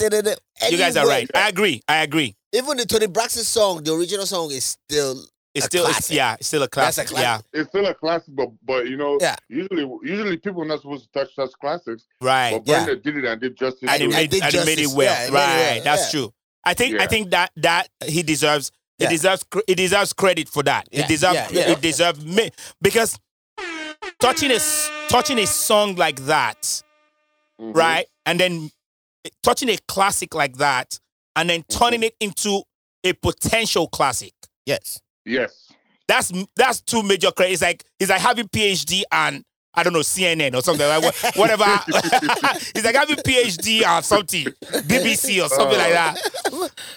Speaker 2: You guys are right. I agree. I agree.
Speaker 3: Even the Tony Braxton song, the original song, is still
Speaker 2: It's
Speaker 3: A
Speaker 2: still it's-
Speaker 3: classic.
Speaker 2: yeah, it's still a
Speaker 3: That's a
Speaker 2: classic.
Speaker 3: classic.
Speaker 4: It's still a classic, but but you know,
Speaker 3: Yeah.
Speaker 4: usually usually people are not supposed to touch such classics.
Speaker 2: Yeah, right.
Speaker 4: But
Speaker 3: yeah.
Speaker 4: Brenda did it and did justice.
Speaker 2: and
Speaker 4: to
Speaker 2: he
Speaker 4: it.
Speaker 3: I
Speaker 2: made,
Speaker 3: did
Speaker 2: and he made it
Speaker 3: justice.
Speaker 2: well.
Speaker 3: Yeah, he made it
Speaker 2: right,
Speaker 3: well.
Speaker 2: that's
Speaker 3: Yeah.
Speaker 2: true. I think I
Speaker 4: Yeah.
Speaker 2: think that that he deserves
Speaker 3: Yeah.
Speaker 2: he deserves cr- he deserves credit for that.
Speaker 3: Yeah,
Speaker 2: He deserves
Speaker 3: yeah,
Speaker 2: he
Speaker 3: yeah.
Speaker 2: deserves me because touching a s- touching a song like that,
Speaker 4: Mhm.
Speaker 2: right, and then eh, touching a classic like that, and then turning it into a potential classic.
Speaker 3: yes.
Speaker 4: Yes.
Speaker 2: That's that's two major credits. It's like it's like having PhD and I don't know CNN or something like wha- whatever. it's like having PhD or something, BBC or something like that.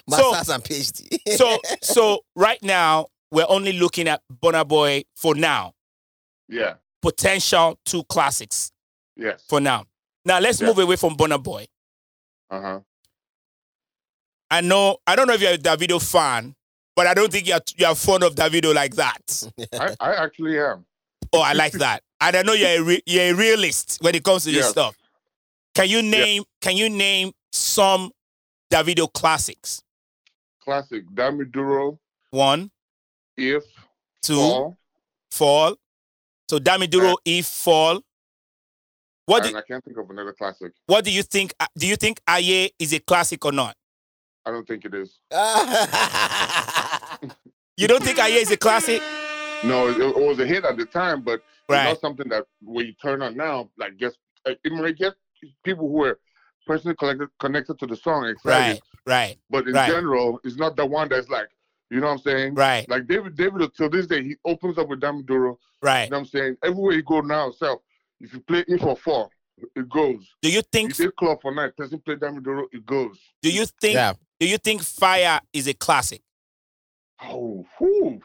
Speaker 3: Masters Ah. and PhD.
Speaker 2: So so right now we're only looking at Bonner Boy for now.
Speaker 4: Yeah.
Speaker 2: Potential two classics
Speaker 4: Yes.
Speaker 2: for now. Now let's
Speaker 4: Yeah.
Speaker 2: move away from Bonner Boy.
Speaker 4: Uh huh.
Speaker 2: I know I don't know if you're a Davido fan, but I don't think you're you're fond of Davido like that.
Speaker 4: I, I actually am.
Speaker 2: Oh, I like that. And I know you're a re- you're a realist when it comes to this
Speaker 4: Yes.
Speaker 2: stuff. Can you name Can you name some Davido classics?
Speaker 4: Classic. Dami Duro,
Speaker 2: One,
Speaker 4: If,
Speaker 2: two,
Speaker 4: Fall,
Speaker 2: fall. So Dami Duro, if fall. What
Speaker 4: and
Speaker 2: do,
Speaker 4: I can't think of another classic.
Speaker 2: What do you think? uh, Do you think Aye is a classic or not?
Speaker 4: I don't think it is.
Speaker 2: You don't think Aye is a classic,
Speaker 4: No, it, it was a hit at the time, but
Speaker 2: right?
Speaker 4: it's not something that when you turn on now, like just uh, it might get people who are personally connected, connected to the song excited.
Speaker 2: Right, right,
Speaker 4: But in
Speaker 2: right.
Speaker 4: general, it's not the one that's like, you know what I'm saying?
Speaker 2: right,
Speaker 4: Like David, David till this day, he opens up with Dami Duro. You
Speaker 2: right.
Speaker 4: know what I'm saying? Everywhere you go now, self, if you play if or four, it goes.
Speaker 2: Do you
Speaker 4: You
Speaker 2: think?
Speaker 4: did club for night, person play Dami Duro, it goes.
Speaker 2: Do you think?
Speaker 3: yeah.
Speaker 2: Do you think Fire is a classic?
Speaker 4: Oh, whew.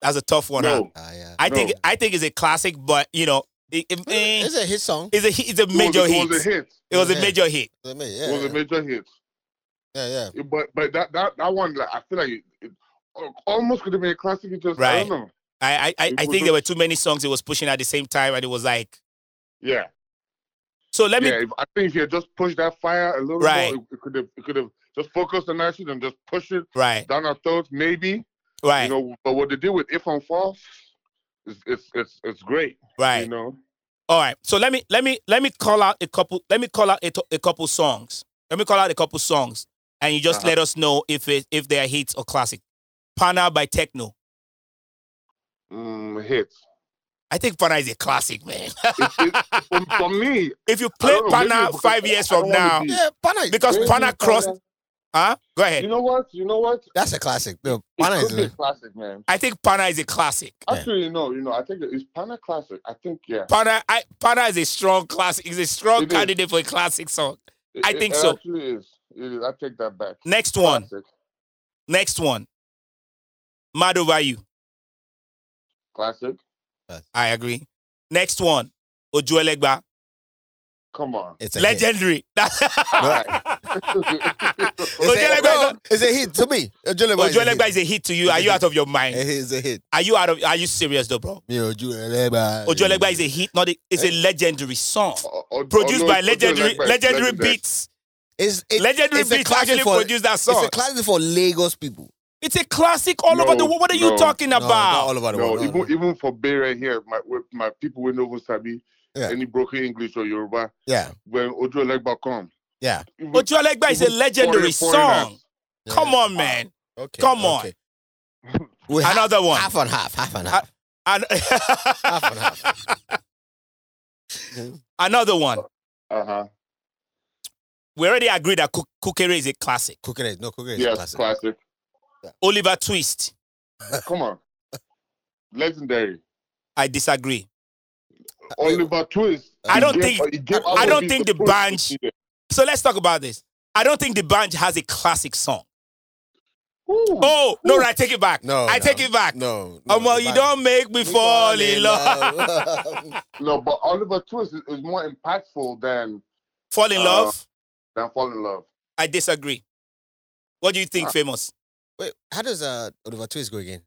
Speaker 2: That's a tough one. huh?
Speaker 4: no.
Speaker 3: Ah, yeah.
Speaker 2: I think
Speaker 4: no.
Speaker 2: I think it's a classic, but you know, it, it- eh,
Speaker 3: It's a hit song.
Speaker 2: it's a hit- it's a major
Speaker 4: it was, It was a
Speaker 2: hit.
Speaker 4: hit.
Speaker 2: It was a
Speaker 3: Yeah.
Speaker 2: major hit.
Speaker 3: I mean,
Speaker 4: It was
Speaker 3: yeah,
Speaker 4: a major hit.
Speaker 3: yeah, yeah.
Speaker 4: It- But but that that, that one, like, I feel like it, it al- almost could have been a classic. It just I
Speaker 2: Right.
Speaker 4: don't know.
Speaker 2: I I, I,
Speaker 4: It
Speaker 2: I
Speaker 4: was
Speaker 2: think
Speaker 4: a-
Speaker 2: there were too many songs it was pushing at the same time, and it was like.
Speaker 4: Yeah,
Speaker 2: So let me
Speaker 4: yeah. If, I think if you had just pushed that fire a little
Speaker 2: Right.
Speaker 4: more, it- it could have it could have just focused on that shit and just push it
Speaker 2: right
Speaker 4: down our throats, maybe.
Speaker 2: right
Speaker 4: You know, but what they did with If on Fall, it's it's it's, it's great.
Speaker 2: right.
Speaker 4: You know.
Speaker 2: All right. So let me let me let me call out a couple. Let me call out a, to- a couple songs. Let me call out a couple songs, and you just
Speaker 4: Uh-huh.
Speaker 2: let us know if it, if they are hits or classic. Pana by Techno.
Speaker 4: Mm, hits.
Speaker 2: I think Pana is a classic, man.
Speaker 4: It- it- for, for me,
Speaker 2: if you play
Speaker 4: don't know, maybe
Speaker 2: Pana
Speaker 4: because
Speaker 2: five
Speaker 4: I-
Speaker 2: years
Speaker 4: I don't
Speaker 2: from
Speaker 4: wanna
Speaker 2: now,
Speaker 4: be-
Speaker 3: Yeah, Pana.
Speaker 2: because
Speaker 4: Maybe
Speaker 2: Pana crossed,
Speaker 4: Pana-
Speaker 2: huh? Go
Speaker 4: um, you
Speaker 2: ahead.
Speaker 4: know what? You know what?
Speaker 3: that's a classic. No,
Speaker 4: It
Speaker 3: Pana
Speaker 4: could
Speaker 3: is
Speaker 4: be a
Speaker 3: a,
Speaker 4: classic, man.
Speaker 2: I think Pana is a classic.
Speaker 3: Yeah.
Speaker 4: Actually, no, you know, I think it's Pana classic. I think, yeah.
Speaker 2: Pana, I, Pana is a strong classic. He's a strong
Speaker 4: It is.
Speaker 2: candidate for a classic song.
Speaker 4: It-
Speaker 2: I
Speaker 4: it-
Speaker 2: think
Speaker 4: it
Speaker 2: so.
Speaker 4: Actually, is. It is. I take that back.
Speaker 2: Next one.
Speaker 4: Classic.
Speaker 2: Next one. Mad over you.
Speaker 4: Classic.
Speaker 2: I agree. Next one. Ojuelegba.
Speaker 4: Come on.
Speaker 3: it's a hit.
Speaker 2: Legendary.
Speaker 4: All right.
Speaker 2: Ojelebe-
Speaker 3: no, it's a hit to me. Ojeleba is a
Speaker 2: Ojuelegba
Speaker 3: hit.
Speaker 2: is a hit to you. Are you out of your mind?
Speaker 3: It's a hit.
Speaker 2: Are you out of? Are you serious though, bro?
Speaker 3: Me, Ojeleba.
Speaker 2: Ojuelegba is a hit. Not a, it's a
Speaker 3: eh?
Speaker 2: legendary song
Speaker 3: Oh,
Speaker 4: O- O-
Speaker 2: produced
Speaker 4: Olu-
Speaker 2: by legendary
Speaker 4: Ojuelegba is
Speaker 2: legendary
Speaker 4: legendary.
Speaker 2: beats.
Speaker 3: It's, it's,
Speaker 2: Legendary
Speaker 3: it's a
Speaker 2: beats
Speaker 3: classic
Speaker 2: actually
Speaker 3: for-
Speaker 2: produced that
Speaker 3: It's
Speaker 2: song.
Speaker 3: a classic for Lagos people.
Speaker 2: It's a classic all over
Speaker 4: No,
Speaker 2: the world. What are you
Speaker 4: no,
Speaker 2: talking
Speaker 3: No, not
Speaker 2: about?
Speaker 3: all over the
Speaker 4: No,
Speaker 3: world. no,
Speaker 4: even
Speaker 3: no.
Speaker 4: even for Bere here, my with my people we know who sabi
Speaker 3: Yeah.
Speaker 4: any broken English or Yoruba.
Speaker 3: Yeah,
Speaker 4: When Ojo Legba come,
Speaker 3: yeah.
Speaker 4: even
Speaker 2: Ojuelegba is a
Speaker 4: even
Speaker 2: legendary
Speaker 4: foreign- foreigners.
Speaker 2: song. Come on, man.
Speaker 3: Okay,
Speaker 2: Come on.
Speaker 3: okay. We have
Speaker 2: Another one.
Speaker 3: half and half, half and half,
Speaker 2: An-
Speaker 3: half and half.
Speaker 2: Another one.
Speaker 4: Uh huh.
Speaker 2: We already agreed that Ku- Kukere is a classic.
Speaker 3: Cooking it, no cooking it.
Speaker 4: Yes,
Speaker 3: classic.
Speaker 4: classic.
Speaker 2: Oliver Twist.
Speaker 4: Come on, legendary.
Speaker 2: I disagree.
Speaker 4: Oliver Twist.
Speaker 3: I
Speaker 4: he
Speaker 2: don't
Speaker 4: gave-
Speaker 2: think-
Speaker 4: he gave
Speaker 2: I don't
Speaker 4: Afrobeat
Speaker 2: think the
Speaker 4: push it
Speaker 2: band-
Speaker 4: needed.
Speaker 2: So let's talk about this. I don't think the band has a classic song.
Speaker 4: Ooh.
Speaker 2: Oh no, no, I take it back.
Speaker 3: No,
Speaker 2: I
Speaker 3: no,
Speaker 2: take it back.
Speaker 3: No, no
Speaker 2: Um, well, you
Speaker 3: but-
Speaker 2: don't make me
Speaker 3: we
Speaker 2: fall in love.
Speaker 3: love.
Speaker 4: No, but Oliver Twist is, is more impactful than
Speaker 2: fall in
Speaker 4: Uh,
Speaker 3: Uh-huh.
Speaker 2: love?
Speaker 4: than Fall in Love.
Speaker 2: I disagree. What do you think,
Speaker 3: Uh,
Speaker 4: Huh.
Speaker 2: famous?
Speaker 3: Wait, how does uh Oliver Twist go again?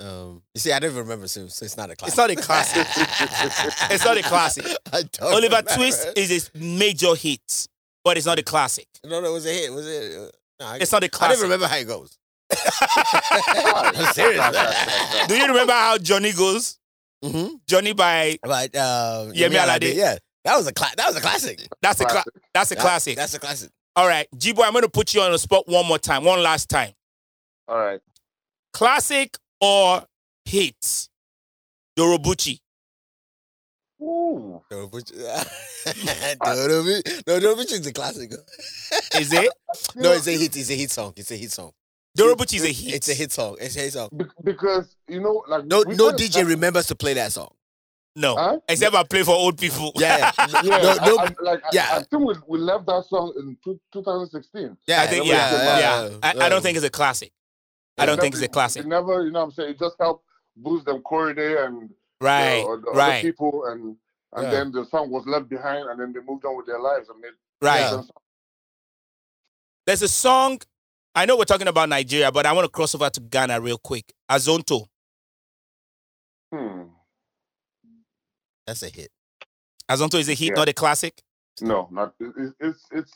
Speaker 3: Um, you see, I don't even remember, so, so it's not a classic.
Speaker 2: It's not a classic. It's not a classic.
Speaker 3: I don't
Speaker 2: Oliver
Speaker 3: remember.
Speaker 2: Twist is a major hit, but it's not a classic.
Speaker 3: No, no, it was a hit. Was it? uh, No, I,
Speaker 2: It's not a
Speaker 3: I don't even
Speaker 2: classic.
Speaker 3: remember how it goes.
Speaker 4: I'm
Speaker 3: serious.
Speaker 2: Do you remember how Johnny goes?
Speaker 3: Mm-hmm.
Speaker 2: Johnny by
Speaker 3: But um,
Speaker 2: Yemi Alade.
Speaker 3: yeah, that was a cla- that was a classic.
Speaker 2: that's a cla- that's a
Speaker 3: That-
Speaker 2: classic.
Speaker 3: That's a classic.
Speaker 2: All right, G boy, I'm gonna put you on the spot one more time, one last time.
Speaker 4: All right.
Speaker 2: Classic or hit? Dorobuchi.
Speaker 4: Ooh.
Speaker 3: No, but- no, no, but- no, no, but it's a classic.
Speaker 2: Is it?
Speaker 3: No, it's a hit. It's a hit song. It's a hit song.
Speaker 2: Dorobuchi is a hit.
Speaker 3: It's a hit song. It's a hit song.
Speaker 4: Be- because you know, like
Speaker 3: No,
Speaker 4: we
Speaker 3: no
Speaker 4: kinda-
Speaker 3: DJ remembers to play that song.
Speaker 2: No.
Speaker 4: Huh?
Speaker 2: Except I play for old people.
Speaker 3: Uh, Yeah, yeah,
Speaker 4: Yeah,
Speaker 3: no, no,
Speaker 4: I, I, like, I-
Speaker 3: yeah.
Speaker 4: I, think we, we left that song in two, 2016.
Speaker 3: yeah.
Speaker 2: I think
Speaker 3: yeah,
Speaker 2: yeah, yeah.
Speaker 3: yeah,
Speaker 2: I, I don't think it's a classic. I don't
Speaker 4: It
Speaker 2: think it's a
Speaker 4: never-
Speaker 2: classic.
Speaker 4: It never, you know, what I'm saying it just helped boost them Corday and you know,
Speaker 2: Right,
Speaker 4: or the other
Speaker 2: right,
Speaker 4: people, and and
Speaker 3: Yeah.
Speaker 4: then the song was left behind, and then they moved on with their lives and made
Speaker 2: right.
Speaker 3: Yeah.
Speaker 4: decent songs.
Speaker 2: There's a song. I know we're talking about Nigeria, but I want to cross over to Ghana real quick. Azonto,
Speaker 4: hmm.
Speaker 3: that's a hit.
Speaker 2: Azonto is a hit,
Speaker 4: Yeah.
Speaker 2: not a classic.
Speaker 4: Hmm. No, not it, it- it's it's.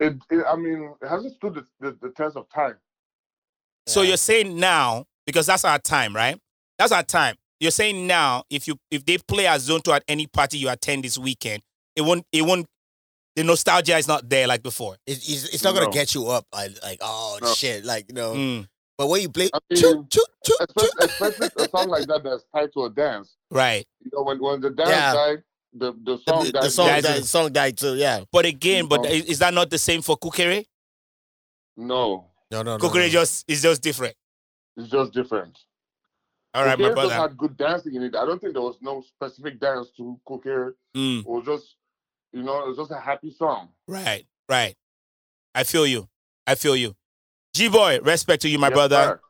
Speaker 4: It, it, I mean, it hasn't stood the, the, the test of time.
Speaker 2: So
Speaker 3: Yeah.
Speaker 2: you're saying now because that's our time, right? That's our time. You're saying now if you if they play Azonto at any party you attend this weekend, it won't it won't the nostalgia is not there like before.
Speaker 3: It, it's, it's not gonna
Speaker 4: No.
Speaker 3: get you up. Like, like oh
Speaker 4: No.
Speaker 3: shit, like you know.
Speaker 2: Mm,
Speaker 3: But when you play,
Speaker 4: I
Speaker 3: choo,
Speaker 4: mean,
Speaker 3: choo, choo, choo.
Speaker 4: especially, especially a song like that that's tied to a dance.
Speaker 2: right.
Speaker 4: You know, when, when the dance
Speaker 3: Yeah.
Speaker 4: died, the, the
Speaker 3: The-
Speaker 4: song
Speaker 3: the,
Speaker 4: died.
Speaker 3: the song,
Speaker 2: Guys,
Speaker 3: died,
Speaker 2: it's-
Speaker 3: song died too. Yeah.
Speaker 2: But again, but
Speaker 4: No.
Speaker 2: is, is that not the same for Kukere?
Speaker 4: No,
Speaker 3: No, no, no.
Speaker 2: Kukere just is just different.
Speaker 4: it's just different.
Speaker 2: All right, my
Speaker 4: Kokere just
Speaker 2: brother.
Speaker 4: had good dancing in it. I don't think there was no specific dance to Kokere.
Speaker 2: Mm.
Speaker 4: It was just, you know, it was just a happy song.
Speaker 2: Right, right. I feel you. I feel you. G boy, respect to you, my brother.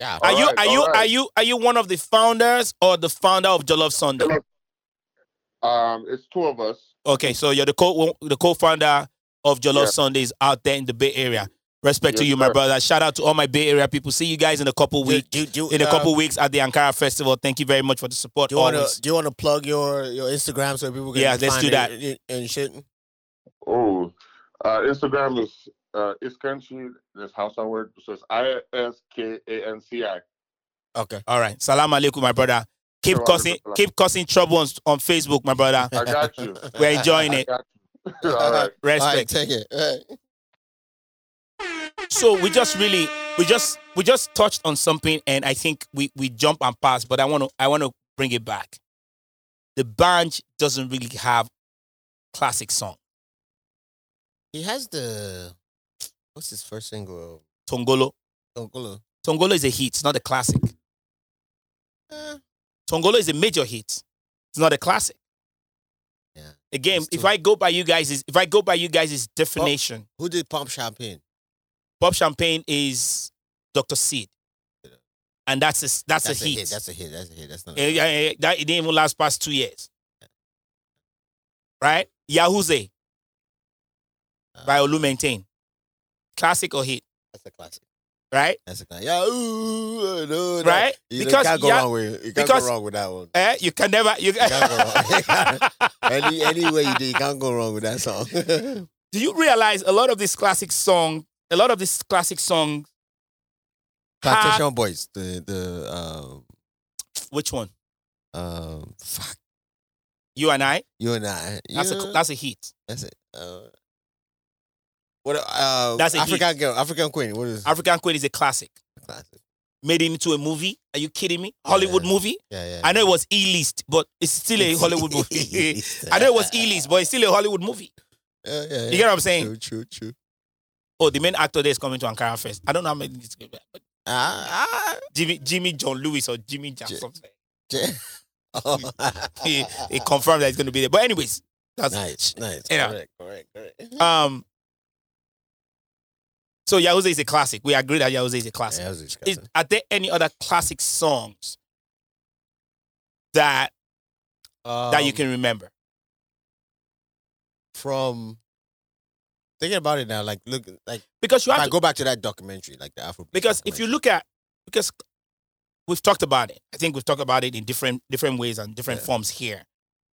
Speaker 3: yeah.
Speaker 2: Are you
Speaker 4: Alright,
Speaker 2: are you
Speaker 4: alright.
Speaker 2: are you are you one of the founders or the founder of Jollof Sunday?
Speaker 4: Jollof. Um, it's two of us.
Speaker 2: Okay, so you're the co the co-founder of Jollof
Speaker 4: Yeah.
Speaker 2: Sundays out there in the Bay Area. Respect to
Speaker 4: Yes,
Speaker 2: you, my
Speaker 4: sir.
Speaker 2: brother. Shout out to all my Bay Area people. See you guys in a couple
Speaker 3: Do,
Speaker 2: weeks.
Speaker 3: do, do,
Speaker 2: In a
Speaker 3: uh,
Speaker 2: couple weeks at the Ankara Festival. Thank you very much for the support.
Speaker 3: Do you want
Speaker 2: always.
Speaker 3: to do you want to plug your your Instagram so people can
Speaker 2: Yeah, let's
Speaker 3: find
Speaker 2: do
Speaker 3: it
Speaker 2: that.
Speaker 3: and, and shit?
Speaker 4: Oh, uh, Instagram is uh, it's country. There's Hausa word, so it's I S K A N C I.
Speaker 3: Okay.
Speaker 2: All right. Salam alaikum, my brother. Keep
Speaker 4: Salam
Speaker 2: causing
Speaker 4: alaikum.
Speaker 2: keep causing trouble on, on Facebook, my brother.
Speaker 4: I got you.
Speaker 2: We're enjoying
Speaker 4: I
Speaker 2: it.
Speaker 4: got you. All right.
Speaker 3: All right,
Speaker 2: Respect.
Speaker 3: take it. All right.
Speaker 2: so we just really we just we just touched on something and i think we we jump and pass but i want to i want to bring it back the band doesn't really have classic song
Speaker 3: He has the what's his first single?
Speaker 2: tongolo
Speaker 3: Onkolo.
Speaker 2: tongolo is a hit it's not a classic
Speaker 3: Eh,
Speaker 2: tongolo is a major hit it's not a classic
Speaker 3: Yeah.
Speaker 2: again
Speaker 3: It's
Speaker 2: if
Speaker 3: too-
Speaker 2: i go by you guys if i go by you guys definition
Speaker 3: Who did Pump Champagne?
Speaker 2: bob champagne is dr seed and that's a, that's,
Speaker 3: That's
Speaker 2: a,
Speaker 3: a
Speaker 2: hit,
Speaker 3: hit. That's a hit. That's a hit. That's not.
Speaker 2: Eh, eh, eh, that it didn't even last past two years right yahooze by Olu Maintain. Classic or hit,
Speaker 3: That's a classic.
Speaker 2: right?
Speaker 3: That's a classic. Yeah, ooh, no, no.
Speaker 2: Right?
Speaker 3: You, because
Speaker 2: Because
Speaker 3: you can't go
Speaker 2: yeah-
Speaker 3: wrong with it. You can't
Speaker 2: because-
Speaker 3: go wrong with that one.
Speaker 2: Eh? You can never. You,
Speaker 3: You can't go wrong. Any any way you do, you can't go wrong with that song.
Speaker 2: do you realize a lot of these classic song, a lot of these classic songs?
Speaker 3: Plantation Boys, the the um
Speaker 2: Which one?
Speaker 3: um fuck
Speaker 2: You and I.
Speaker 3: you and I. You,
Speaker 2: That's a that's a hit.
Speaker 3: that's it. Uh, what uh
Speaker 2: That's a
Speaker 3: African girl, African queen. What is
Speaker 2: African Queen is a classic.
Speaker 3: classic?
Speaker 2: Made into a movie. Are you kidding me? Hollywood movie.
Speaker 3: Yeah, yeah.
Speaker 2: I know it was E list, but it's still a Hollywood movie. I know it was E list, but it's still a Hollywood movie.
Speaker 3: Yeah, yeah, yeah.
Speaker 2: You get what I'm saying?
Speaker 3: True, true, true.
Speaker 2: Oh, the main actor there is coming to Ankara first. I don't know how many.
Speaker 3: Ah, ah,
Speaker 2: Jimmy Jimmy John Lewis or Jimmy Jack
Speaker 3: J-
Speaker 2: something.
Speaker 3: yeah. Oh.
Speaker 2: He, he confirmed that he's going to be there. But anyways, that's
Speaker 3: nice, nice.
Speaker 2: You know.
Speaker 3: Correct, correct, correct.
Speaker 2: um. So Yahuza is a classic. We agree that Yahuza is a classic.
Speaker 3: Yeah, that was just
Speaker 2: Is,
Speaker 3: classic.
Speaker 2: are there any other classic songs that that you
Speaker 3: Um,
Speaker 2: can remember?
Speaker 3: from thinking about it now, like look, like
Speaker 2: Because you
Speaker 3: if
Speaker 2: have
Speaker 3: I
Speaker 2: to
Speaker 3: go back to that documentary, like the Afro.
Speaker 2: Because if you look at because we've talked about it. I think we've talked about it in different different ways and different
Speaker 3: Yeah.
Speaker 2: forms here.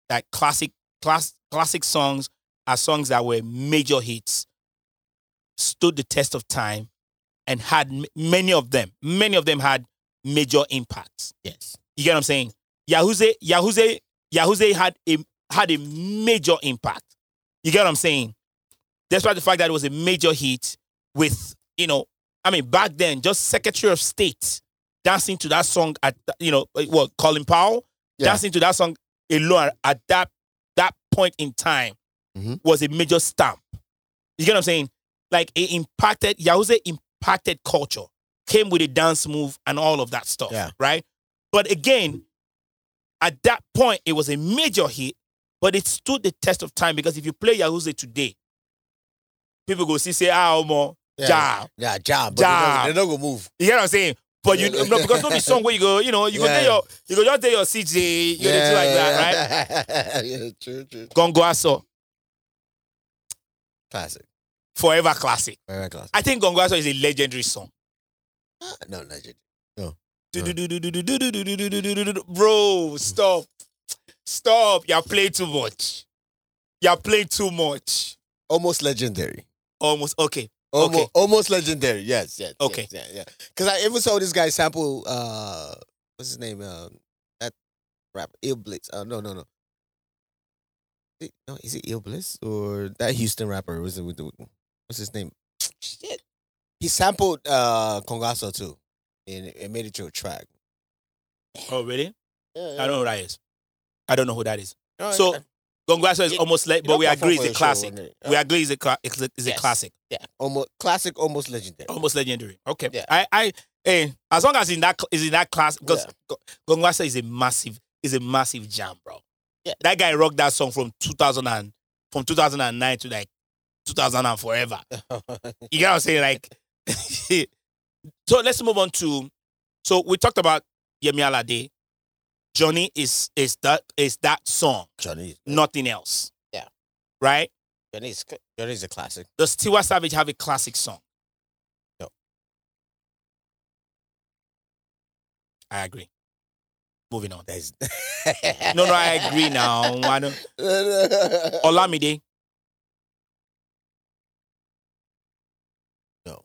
Speaker 2: That classic class classic songs are songs that were major hits, stood the test of time, and had m- many of them. Many of them had major impacts.
Speaker 3: yes,
Speaker 2: You get what I'm saying? Yahuze, Yahuze, Yahuze had a had a major impact. You get what I'm saying? Despite the fact that it was a major hit with, you know, I mean, back then, just Secretary of State dancing to that song at, th- you know, eh, what, Colin Powell
Speaker 3: Yeah.
Speaker 2: dancing to that song alone at that that point in time
Speaker 3: Mhm.
Speaker 2: was a major stamp. You get what I'm saying? Like it impacted, Yahuze impacted culture, came with a dance move and all of that stuff,
Speaker 3: Yeah.
Speaker 2: right? But again, at that point, it was a major hit, but it stood the test of time because if you play Yahuze today, people go see say, ah, Omo,
Speaker 3: yeah,
Speaker 2: Ja.
Speaker 3: yeah, job,
Speaker 2: Ja.
Speaker 3: They're not gonna move.
Speaker 2: You know what I'm saying? But you no, because no be song where you go, you know, you go
Speaker 3: Yeah.
Speaker 2: tell your you go just tell your CJ, you yeah, like that, right?
Speaker 3: right? yeah, true, true.
Speaker 2: Gongo Aso,
Speaker 3: Classic,
Speaker 2: forever classic.
Speaker 3: very classic. Ah,
Speaker 2: I think Gongo Aso is a legendary song.
Speaker 3: no, legend.
Speaker 2: Bro, stop. Stop. You're playing too much. You're playing too much.
Speaker 3: Almost legendary.
Speaker 2: Almost okay.
Speaker 3: Almost,
Speaker 2: Okay.
Speaker 3: almost legendary. Yes, yes.
Speaker 2: Okay.
Speaker 3: yes, yeah, yeah. Because I even saw this guy sample. uh What's his name? Um, that rapper, Ill Blitz. Uh, no, no, no. Is it- No, is it Ill Bliss or that Houston rapper? Was it with the, what's his name? Shit. He sampled uh Congasso too, and it made it to a track.
Speaker 2: Oh really?
Speaker 3: Yeah,
Speaker 2: I don't know who that is. I don't know who that is.
Speaker 3: yeah.
Speaker 2: So Gongo Aso is
Speaker 3: You-
Speaker 2: almost like
Speaker 3: You
Speaker 2: but
Speaker 3: don't
Speaker 2: we
Speaker 3: perform
Speaker 2: agree
Speaker 3: for
Speaker 2: it's a
Speaker 3: the show,
Speaker 2: classic.
Speaker 3: wouldn't it?
Speaker 2: We agree it's a cla- it's a, it's a
Speaker 3: Yes.
Speaker 2: classic.
Speaker 3: yeah, almost classic, almost legendary.
Speaker 2: almost legendary. Okay.
Speaker 3: Yeah.
Speaker 2: I, I, eh, as long as in that cl- is in that class, because
Speaker 3: Yeah.
Speaker 2: Gongwasa is a massive, is a massive jam, bro.
Speaker 3: Yeah.
Speaker 2: That guy rocked that song from 2000 and from 2009 to like 2000 and forever. You get what I'm saying? Like, so let's move on to. So we talked about Yemi Alade. Johnny is is that is that song,
Speaker 3: Johnny,
Speaker 2: nothing else.
Speaker 3: Yeah.
Speaker 2: Right.
Speaker 3: uh, Johnny's Johnny's a classic.
Speaker 2: Does Tiwa Savage have a classic song?
Speaker 3: No.
Speaker 2: I agree. Moving on.
Speaker 3: There's
Speaker 2: No, no, I agree now. I don't-
Speaker 3: oh,
Speaker 2: Olamide.
Speaker 3: No.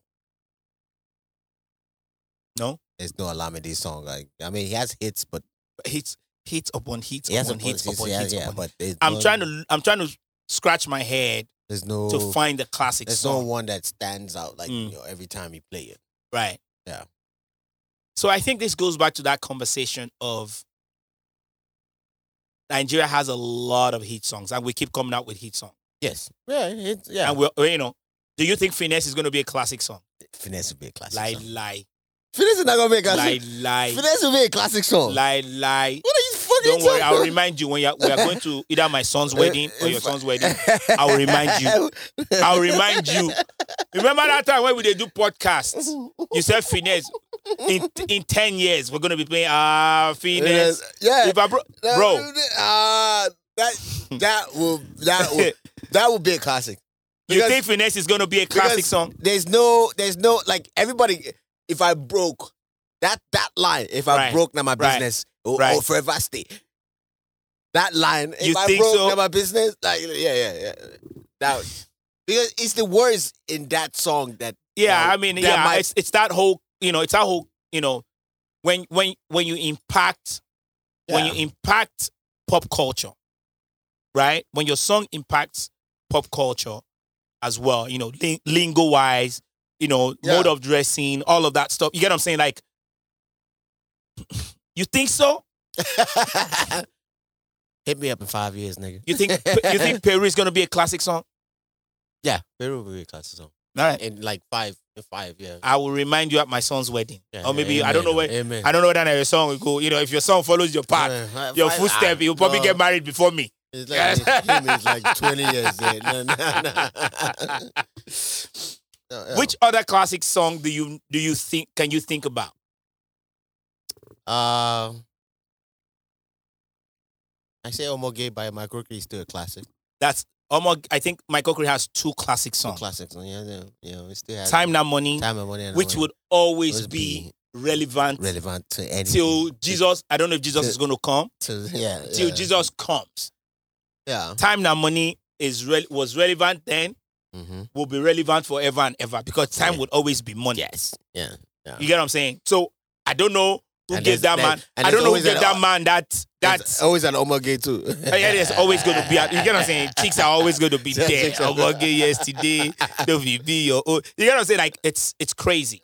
Speaker 2: No?
Speaker 3: There's no Alameda song. Like I mean, he has hits, but
Speaker 2: Hits hits upon hits
Speaker 3: he has
Speaker 2: upon
Speaker 3: some
Speaker 2: hits
Speaker 3: hits,
Speaker 2: upon
Speaker 3: yeah,
Speaker 2: hits
Speaker 3: yeah,
Speaker 2: upon
Speaker 3: but there's
Speaker 2: I'm
Speaker 3: no-
Speaker 2: trying to I'm trying to scratch my head
Speaker 3: There's no.
Speaker 2: to find the classic
Speaker 3: Oh. there's no
Speaker 2: song.
Speaker 3: one that stands out like
Speaker 2: Mm.
Speaker 3: you know every time you play it.
Speaker 2: Right.
Speaker 3: Yeah.
Speaker 2: So I think this goes back to that conversation of Nigeria has a lot of hit songs, and we keep coming out with hit songs.
Speaker 3: Yes. Yeah. It's, yeah.
Speaker 2: And we're, you know, do you think finesse is going to be a classic song?
Speaker 3: Finesse would be a classic.
Speaker 2: Lie,
Speaker 3: song.
Speaker 2: lie,
Speaker 3: Finesse is not gonna be a
Speaker 2: lie,
Speaker 3: classic.
Speaker 2: lie,
Speaker 3: Finesse would be a classic song.
Speaker 2: lie, lie.
Speaker 3: What are you fucking
Speaker 2: Don't worry,
Speaker 3: talking
Speaker 2: I'll remind you when you're, we are going to either my son's wedding or your son's wedding. I'll remind you. I'll remind you. Remember that time when we did do podcasts? You said finesse. In in ten years, we're going to be playing ah finesse.
Speaker 3: Yeah. Ah,
Speaker 2: If I bro, bro,
Speaker 3: Uh, that that will that will that will be a classic.
Speaker 2: You
Speaker 3: Because-
Speaker 2: think finesse is gonna be a classic
Speaker 3: because
Speaker 2: song?
Speaker 3: There's no, there's no like everybody. If I broke that that line, if I
Speaker 2: Right.
Speaker 3: broke now my
Speaker 2: Right.
Speaker 3: business, or,
Speaker 2: Right.
Speaker 3: or forever I stay. That line, if
Speaker 2: You
Speaker 3: I
Speaker 2: think
Speaker 3: broke
Speaker 2: so?
Speaker 3: now my business, like yeah, yeah, yeah. That because it's the words in that song that
Speaker 2: Yeah,
Speaker 3: Now,
Speaker 2: I mean,
Speaker 3: that
Speaker 2: yeah,
Speaker 3: might-
Speaker 2: it's it's that whole you know, it's that whole you know, when when when you impact when you impact pop culture, right? When your song impacts pop culture as well, you know, ling- lingo wise, you know,
Speaker 3: Yeah.
Speaker 2: mode of dressing, all of that stuff. You get what I'm saying? Like, you think so?
Speaker 3: hit me up in five years, nigga.
Speaker 2: You think you think Perry is gonna be a classic song?
Speaker 3: Yeah, Peru will be a classic song
Speaker 2: All right.
Speaker 3: in like five, in five, yeah.
Speaker 2: I will remind you at my son's wedding,
Speaker 3: Yeah,
Speaker 2: or maybe I don't know
Speaker 3: amen,
Speaker 2: where.
Speaker 3: Amen.
Speaker 2: I don't know whether your son will go. You know, if your son follows your path,
Speaker 3: Yeah,
Speaker 2: your
Speaker 3: five-
Speaker 2: footstep,
Speaker 3: ah,
Speaker 2: he'll probably
Speaker 3: no.
Speaker 2: get married before me.
Speaker 3: It's like him is like twenty years there. No, no, no. No, no.
Speaker 2: Which other classic song do you do you think can you think about?
Speaker 3: Uh, I say Omo Gay by Michael Creed is still a classic.
Speaker 2: That's almost. I think Michael Curry has two classic
Speaker 3: Still
Speaker 2: songs:
Speaker 3: classic. so, Yeah, yeah, yeah. We still have
Speaker 2: "Time Now Money,"
Speaker 3: time and money, and
Speaker 2: which
Speaker 3: Money
Speaker 2: would always
Speaker 3: always
Speaker 2: be relevant
Speaker 3: relevant to anything.
Speaker 2: till Jesus. I don't know if Jesus
Speaker 3: Till-
Speaker 2: is going to come.
Speaker 3: till, yeah,
Speaker 2: Till
Speaker 3: yeah,
Speaker 2: Jesus comes,
Speaker 3: Yeah.
Speaker 2: "Time Now Money" is re- was relevant then,
Speaker 3: Mm-hmm.
Speaker 2: will be relevant forever and ever because time
Speaker 3: Yeah.
Speaker 2: would always be money.
Speaker 3: Yes. Yeah.
Speaker 2: You get what I'm saying? So I don't know who
Speaker 3: And
Speaker 2: gave that
Speaker 3: there's- there-
Speaker 2: man.
Speaker 3: and
Speaker 2: I don't
Speaker 3: there's
Speaker 2: know who
Speaker 3: always
Speaker 2: gave
Speaker 3: an-
Speaker 2: that man that
Speaker 3: There's
Speaker 2: that.
Speaker 3: always an Omo Gay too.
Speaker 2: Oh, Yeah, there's always going to be. You get what I'm saying? Chicks are always going to be
Speaker 3: Yeah,
Speaker 2: there.
Speaker 3: chicks are-
Speaker 2: I'm gonna get yesterday. The VB or oh, you get what I'm saying? Like it's it's crazy.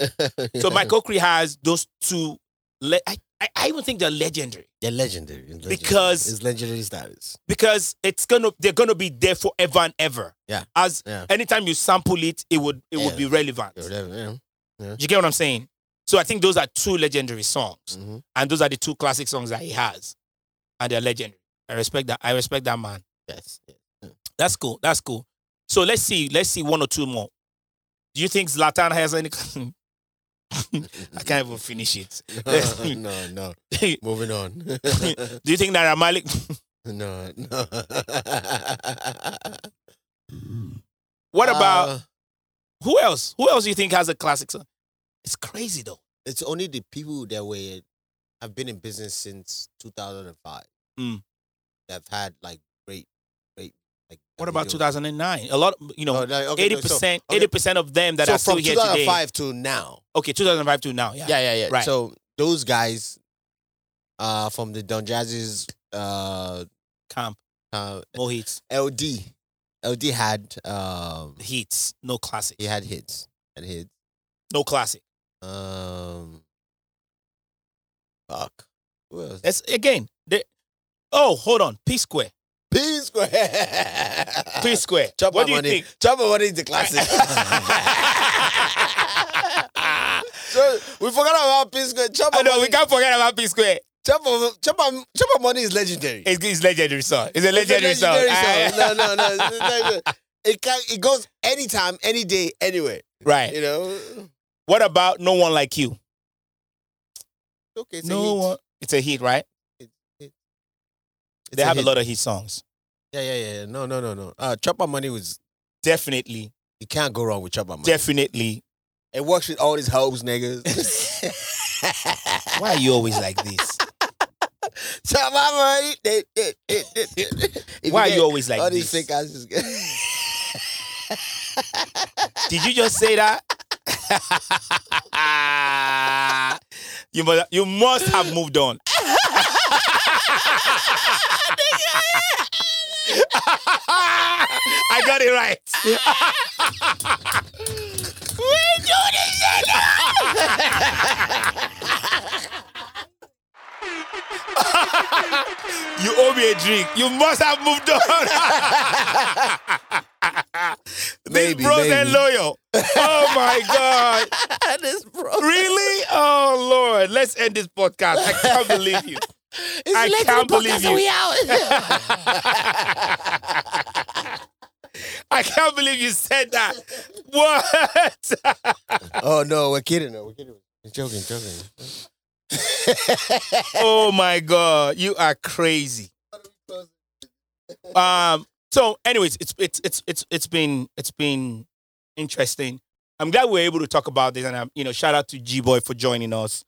Speaker 2: So Michael Cree has those two. Le- I, I I even think they're legendary
Speaker 3: They're legendary. it's legendary.
Speaker 2: Because-
Speaker 3: it's legendary status.
Speaker 2: because it's gonna they're gonna be there forever and ever.
Speaker 3: Yeah.
Speaker 2: As
Speaker 3: Yeah.
Speaker 2: anytime you sample it, it would it would
Speaker 3: Yeah.
Speaker 2: be relevant.
Speaker 3: Yeah, whatever, yeah.
Speaker 2: You get what I'm saying? So I think those are two legendary songs.
Speaker 3: Mhm.
Speaker 2: And those are the two classic songs that he has. And they're legendary. I respect that. I respect that man.
Speaker 3: Yes.
Speaker 2: That's cool. That's cool. So let's see. Let's see one or two more. Do you think Zlatan has any? I can't even finish it.
Speaker 3: no, no.
Speaker 2: Do
Speaker 3: Moving on.
Speaker 2: you think Naira Malik?
Speaker 3: no, no.
Speaker 2: What about
Speaker 3: Uh,
Speaker 2: who else? Who else do you think has a classic song? It's crazy though.
Speaker 3: it's only the people that were have been in business since 2005
Speaker 2: Mm.
Speaker 3: that have had like great, great. Like
Speaker 2: What about
Speaker 3: videos.
Speaker 2: 2009? A lot, you know,
Speaker 3: Oh, like, okay,
Speaker 2: eighty
Speaker 3: no, so-
Speaker 2: percent,
Speaker 3: okay.
Speaker 2: eighty percent of them that
Speaker 3: so
Speaker 2: are still
Speaker 3: from
Speaker 2: here today.
Speaker 3: 2005 to now.
Speaker 2: Okay, 2005 to now. Yeah.
Speaker 3: Yeah, yeah, yeah.
Speaker 2: Right.
Speaker 3: So those guys, uh, from the Don Jazzy's, uh,
Speaker 2: Camp,
Speaker 3: uh,
Speaker 2: no hits,
Speaker 3: LD, LD had, um,
Speaker 2: hits, no classic,
Speaker 3: he had hits, had hits.
Speaker 2: no classic.
Speaker 3: Um, fuck. Who else?
Speaker 2: That's again. The, oh, hold on, P Square,
Speaker 3: P Square.
Speaker 2: P Square.
Speaker 3: Uh, Chop
Speaker 2: what
Speaker 3: my
Speaker 2: do you
Speaker 3: money.
Speaker 2: think?
Speaker 3: Chop my money is the classic. so we forgot about P Square. Chop my
Speaker 2: I know
Speaker 3: money.
Speaker 2: we can't forget about P Square.
Speaker 3: Chop my, chop my, chop my money is legendary.
Speaker 2: It's, it's legendary song. It's a
Speaker 3: It's a
Speaker 2: legendary,
Speaker 3: legendary
Speaker 2: song. Ah,
Speaker 3: song. no, no, no. it's a legendary- It can, it goes anytime, any day, anywhere.
Speaker 2: right.
Speaker 3: You know.
Speaker 2: What about No One Like You?
Speaker 3: Okay. It's
Speaker 2: no
Speaker 3: a hit.
Speaker 2: one. It's a hit, right?
Speaker 3: It's
Speaker 2: they have
Speaker 3: hit.
Speaker 2: a lot of hit songs.
Speaker 3: Yeah, yeah, yeah. No, no, no, no. Uh, chop my money was.
Speaker 2: Definitely,
Speaker 3: You can't go wrong with chop Oh my money.
Speaker 2: definitely.
Speaker 3: It works with all these hoes, niggas.
Speaker 2: Why are you always like this?
Speaker 3: Chop my money. They- they- they- they- they- If
Speaker 2: Why are
Speaker 3: get
Speaker 2: you always like
Speaker 3: all
Speaker 2: this?
Speaker 3: these fake asses?
Speaker 2: Did you just say that? you must you must have moved on. I got it right. you owe me a drink. You must have moved on.
Speaker 3: Maybe,
Speaker 2: this bro that
Speaker 3: maybe.
Speaker 2: loyal. Oh my god.
Speaker 3: this bro.
Speaker 2: Really? Oh Lord. Let's end this podcast. I can't believe you.
Speaker 3: It's
Speaker 2: I
Speaker 3: late
Speaker 2: can't
Speaker 3: to the
Speaker 2: believe
Speaker 3: podcast,
Speaker 2: you.
Speaker 3: We out.
Speaker 2: I can't believe you said that. What?
Speaker 3: oh no, we're kidding. No, we're kidding. We're joking, joking.
Speaker 2: oh my god. You are crazy. Um So, anyways, it's it's it's it's it's been it's been interesting. I'm glad we we're able to talk about this, and um, you know, shout out to G Boy for joining us.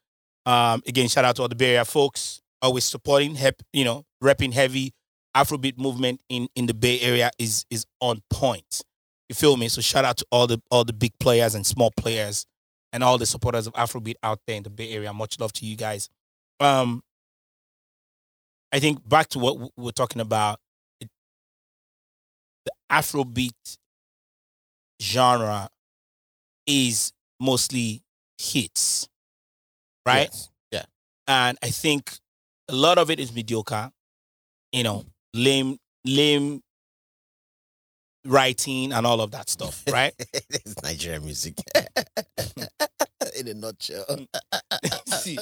Speaker 2: Um, again, shout out to all the Bay Area folks always supporting, hep, you know, repping heavy Afrobeat movement in in the Bay Area is is on point. You feel me? So shout out to all the all the big players and small players and all the supporters of Afrobeat out there in the Bay Area. Much love to you guys. Um, I think back to what w- we're talking about, it, the Afrobeat genre is mostly hits, right?
Speaker 3: Yes.
Speaker 2: And I think a lot of it is mediocre, you know, lame, lame writing and all of that stuff, right?
Speaker 3: it's Nigerian music. In a nutshell.
Speaker 2: See,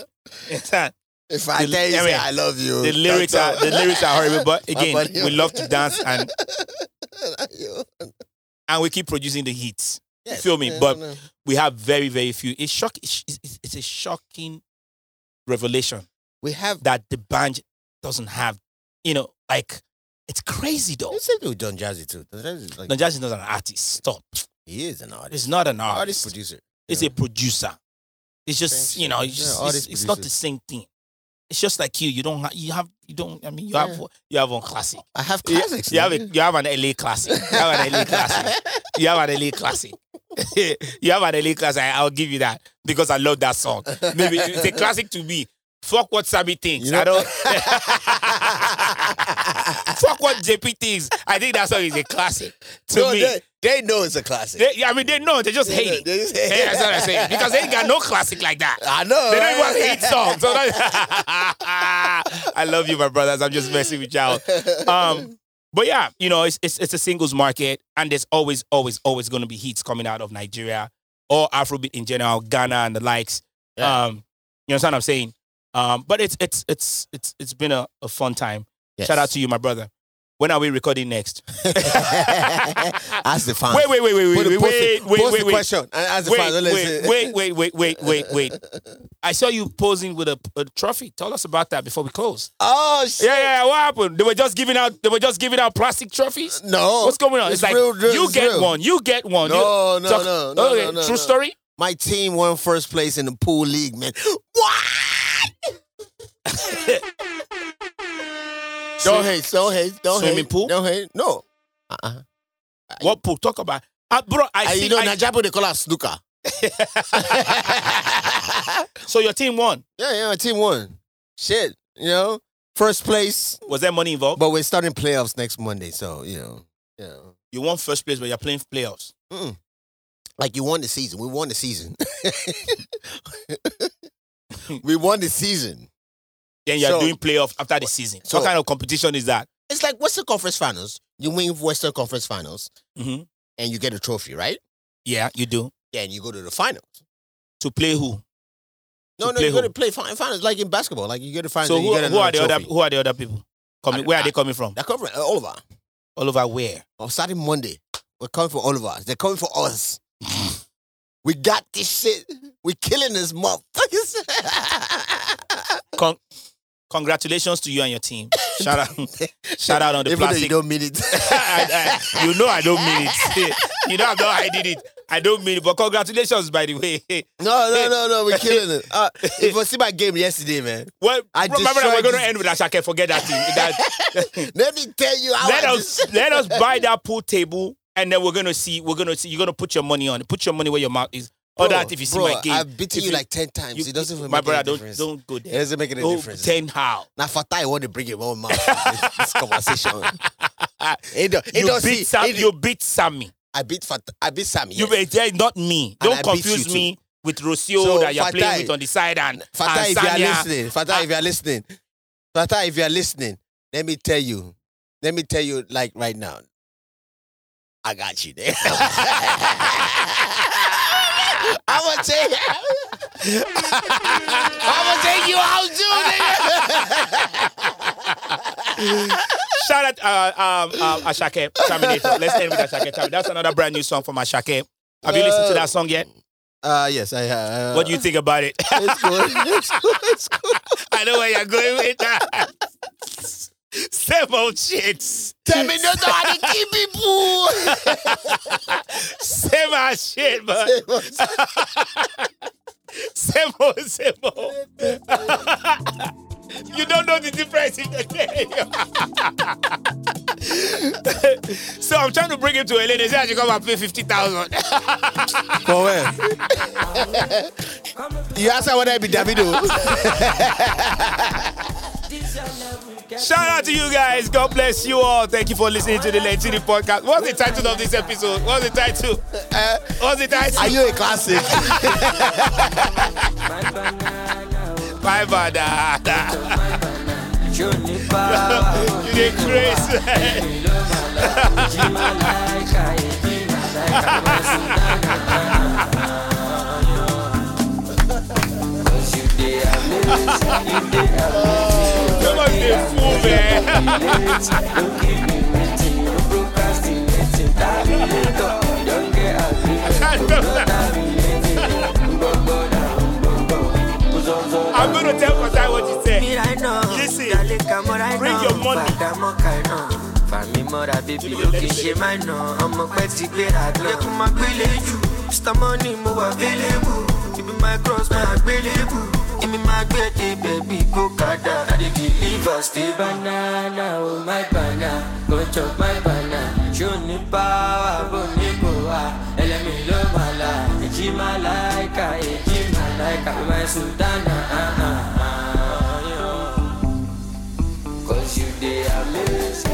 Speaker 2: it's not-
Speaker 3: If I
Speaker 2: The-
Speaker 3: tell you,
Speaker 2: I
Speaker 3: say
Speaker 2: mean,
Speaker 3: I love you.
Speaker 2: the lyrics are
Speaker 3: that's all.
Speaker 2: the lyrics are horrible, but
Speaker 3: My
Speaker 2: again,
Speaker 3: buddy-
Speaker 2: we love to dance and
Speaker 3: Yo.
Speaker 2: and we keep producing the hits.
Speaker 3: Yes.
Speaker 2: feel me?
Speaker 3: Yeah,
Speaker 2: But-
Speaker 3: no, no.
Speaker 2: We have very very few. It's shock. It's, it's, it's a shocking revelation
Speaker 3: we have.
Speaker 2: that the band doesn't have. You know, like it's crazy though.
Speaker 3: You said with Don Jazzy too. Don Jazzy is like
Speaker 2: No, Jazzy is not an artist. Stop.
Speaker 3: he is an artist.
Speaker 2: It's not an
Speaker 3: Artist
Speaker 2: artist.
Speaker 3: producer.
Speaker 2: It's a
Speaker 3: Yeah.
Speaker 2: producer. It's just
Speaker 3: Okay.
Speaker 2: you know, it's
Speaker 3: Yeah,
Speaker 2: just it's,
Speaker 3: artist
Speaker 2: it's not the
Speaker 3: producer.
Speaker 2: same thing. It's just like you. You don't have. You have. You don't. I mean, you have.
Speaker 3: Yeah.
Speaker 2: You have one classic.
Speaker 3: I have
Speaker 2: You-
Speaker 3: classics.
Speaker 2: You have a,
Speaker 3: nigga.
Speaker 2: you have an LA classic. You have an LA classic. You have an LA classic. you have an LA classic. I- I'll give you that because I love that song. Maybe it's a classic to me. Fuck what Sammy thinks.
Speaker 3: You know-
Speaker 2: I don't. Fuck what JP thinks. I think that song is a classic to
Speaker 3: No,
Speaker 2: me.
Speaker 3: they, they know it's a classic.
Speaker 2: They- I mean, they know. They just
Speaker 3: They
Speaker 2: hate
Speaker 3: know-
Speaker 2: it.
Speaker 3: they just hate
Speaker 2: Yeah,
Speaker 3: it.
Speaker 2: that's what I'm saying. Because they ain't got no classic like that.
Speaker 3: I know.
Speaker 2: They don't
Speaker 3: right?
Speaker 2: even have a hit song. So that- I love you, my brothers. I'm just messing with y'all. Um, but yeah, you know, it's, it's it's a singles market, and there's always, always, always going to be hits coming out of Nigeria or Afrobeat in general, Ghana and the likes.
Speaker 3: Yeah.
Speaker 2: Um, you understand what I'm saying? Um, but it's it's it's it's it's been a, a fun time.
Speaker 3: Yes.
Speaker 2: Shout out to you, my brother. When are we recording next?
Speaker 3: Ask the fans.
Speaker 2: Wait, wait, wait, wait,
Speaker 3: Uh, Put
Speaker 2: wait,
Speaker 3: a-
Speaker 2: wait,
Speaker 3: post
Speaker 2: wait,
Speaker 3: the-
Speaker 2: wait,
Speaker 3: post the
Speaker 2: wait, wait.
Speaker 3: question. And ask the
Speaker 2: Wait,
Speaker 3: fans. Don't
Speaker 2: wait,
Speaker 3: listen.
Speaker 2: wait, wait, wait, wait, wait, wait. I saw you posing with a, a trophy. Tell us about that before we close.
Speaker 3: Oh shit.
Speaker 2: Yeah, yeah, yeah. What happened? They were just giving out. They were just giving out plastic trophies.
Speaker 3: No.
Speaker 2: What's going on? It's, like
Speaker 3: real, real,
Speaker 2: you
Speaker 3: it's
Speaker 2: get
Speaker 3: real.
Speaker 2: one, you get one. you,
Speaker 3: No, no,
Speaker 2: Talk-
Speaker 3: no, no,
Speaker 2: okay,
Speaker 3: no, no,
Speaker 2: true
Speaker 3: no.
Speaker 2: story.
Speaker 3: My team won first place in the pool league, man. What? Don't hate, don't hate, don't
Speaker 2: Swimming
Speaker 3: hate,
Speaker 2: pool?
Speaker 3: don't hate. No. Uh-uh.
Speaker 2: What pool? Talk about, uh, bro. I
Speaker 3: I,
Speaker 2: see.
Speaker 3: you know,
Speaker 2: I-
Speaker 3: Najabu they call us snooker. yeah,
Speaker 2: so your team won.
Speaker 3: yeah, my team won. Shit, you know, first place.
Speaker 2: Was there money involved?
Speaker 3: But we're starting playoffs next Monday, so you know, yeah.
Speaker 2: you won first place, but you're playing playoffs.
Speaker 3: Like you won the season. We won the season. we won the season.
Speaker 2: Then you're
Speaker 3: So-
Speaker 2: doing playoffs after the season.
Speaker 3: so-
Speaker 2: what kind of competition is that?
Speaker 3: It's like Western Conference Finals. You win Western Conference Finals
Speaker 2: hmm
Speaker 3: and you get a trophy, right?
Speaker 2: Yeah, you do.
Speaker 3: Yeah, and you go to the finals.
Speaker 2: To play who?
Speaker 3: No,
Speaker 2: To
Speaker 3: no,
Speaker 2: play
Speaker 3: you go
Speaker 2: who?
Speaker 3: to play fi- finals, like in basketball. Like you go to finals.
Speaker 2: so
Speaker 3: and
Speaker 2: who,
Speaker 3: you get
Speaker 2: who are the
Speaker 3: another
Speaker 2: other
Speaker 3: trophy.
Speaker 2: who are the other people coming?
Speaker 3: I-
Speaker 2: Where are they
Speaker 3: I-
Speaker 2: coming from?
Speaker 3: They're coming from uh, Oliver.
Speaker 2: All over where?
Speaker 3: Oh, starting Monday, we're coming for Oliver. They're coming for us. we got this shit. We're killing this motherfuckers.
Speaker 2: Con- congratulations to you and your team. Shout out, shout out on the
Speaker 3: Even though you
Speaker 2: plastic.
Speaker 3: don't mean it.
Speaker 2: I- I- you know I don't mean it. you know I'm not hiding it. I don't mean it. But congratulations, by the way.
Speaker 3: no, no, no, no. We're killing it. Uh, it was see my game yesterday, man.
Speaker 2: Well,
Speaker 3: I
Speaker 2: remember that we're
Speaker 3: destroyed
Speaker 2: going to
Speaker 3: this-
Speaker 2: end with Ashake. Forget that thing. That-
Speaker 3: Let me tell you how
Speaker 2: let
Speaker 3: I
Speaker 2: us
Speaker 3: just-
Speaker 2: let us buy that pool table, and then we're going to see. We're going to see. You're going to put your money on. it. Put your money where your mouth is. Or
Speaker 3: Bro,
Speaker 2: that if you see
Speaker 3: bro,
Speaker 2: my game,
Speaker 3: I've beaten
Speaker 2: if
Speaker 3: you like ten times.
Speaker 2: you-
Speaker 3: it doesn't even
Speaker 2: my
Speaker 3: make
Speaker 2: brother.
Speaker 3: any
Speaker 2: Don't
Speaker 3: difference.
Speaker 2: don't go
Speaker 3: It
Speaker 2: there.
Speaker 3: doesn't make any
Speaker 2: Oh,
Speaker 3: difference.
Speaker 2: ten how?
Speaker 3: Now Fatah, you want to bring your own mouth this, this conversation. It don't, it
Speaker 2: You
Speaker 3: don't see,
Speaker 2: beat Sam,
Speaker 3: it-
Speaker 2: you beat Sammy.
Speaker 3: I beat Fatah. I beat Sammy.
Speaker 2: You
Speaker 3: Yes.
Speaker 2: beat yeah, not me. Don't
Speaker 3: I beat you
Speaker 2: confuse
Speaker 3: too.
Speaker 2: me with Rocio
Speaker 3: So,
Speaker 2: that you're playing
Speaker 3: Fatai-
Speaker 2: with on the side and
Speaker 3: Fatah,
Speaker 2: and
Speaker 3: if you are
Speaker 2: Sanya.
Speaker 3: listening, Fatah, if you
Speaker 2: Ah.
Speaker 3: are listening, Fatah, if you are listening, let me tell you, let me tell you, like right now, I got you there. I'm gonna take, I'm gonna take you out too, nigga.
Speaker 2: Shout out uh, um, um, Ashake Terminator. Let's end with Ashake Terminator. That's another brand new song from Ashake. Have you listened to that song yet?
Speaker 3: Uh, yes, I have.
Speaker 2: What do you think about it?
Speaker 3: It's good. It's good. It's good.
Speaker 2: I know where you're going with that. Same old shit.
Speaker 3: Tell me not how to keep people.
Speaker 2: Same old shit, man. Same old, same old. you don't know the difference in the day. so I'm trying to bring him to a lady. Say I should come and pay 50,000.
Speaker 3: For where? you ask her whether it be Davido.
Speaker 2: Shout out to you guys. God bless you all. Thank you for listening to the Lentini podcast. What's the title of this episode? What's the title?
Speaker 3: Uh,
Speaker 2: What's the title?
Speaker 3: are you a classic?
Speaker 2: Bye, banana.
Speaker 5: Juniper,
Speaker 2: You did crazy.
Speaker 5: Jimalaika, Jimalaika, Masinaga. 'Cause you dey amaze, you dey
Speaker 2: Come on, you fool, man.
Speaker 5: Don't give me meeting, no procrastinating. Tabulator, don't get aggravated. Tabulating, gbogbo na gbogbo. Uzozo na
Speaker 2: I'm gonna tell Fatai what you said.
Speaker 5: me right now.
Speaker 2: Listen,
Speaker 5: Darling, come on right
Speaker 2: bring
Speaker 5: now.
Speaker 2: your money.
Speaker 5: Fàdámọ́ kàìnà. Fàmí mọ́ra bíbí ló kì í ṣe máa nà. Ọmọ pẹ́ ti gbéra gan. Lẹ́kùn máa gbélé jù. Mr. Money mo wà available. Ibi my cross máa gbélébù. Èmi máa gbé dé bẹ̀bí kó kàdá. I dey deliver stay banana o oh my banana. Go chop my banana. Ṣé o ní power bó ní bò wá? Ẹlẹ́mi ló máa la. Èjì máa láìka, èjì máa láìka. My sultana. uh-uh. Uh, uh, uh, yeah. Cause you dey amaze,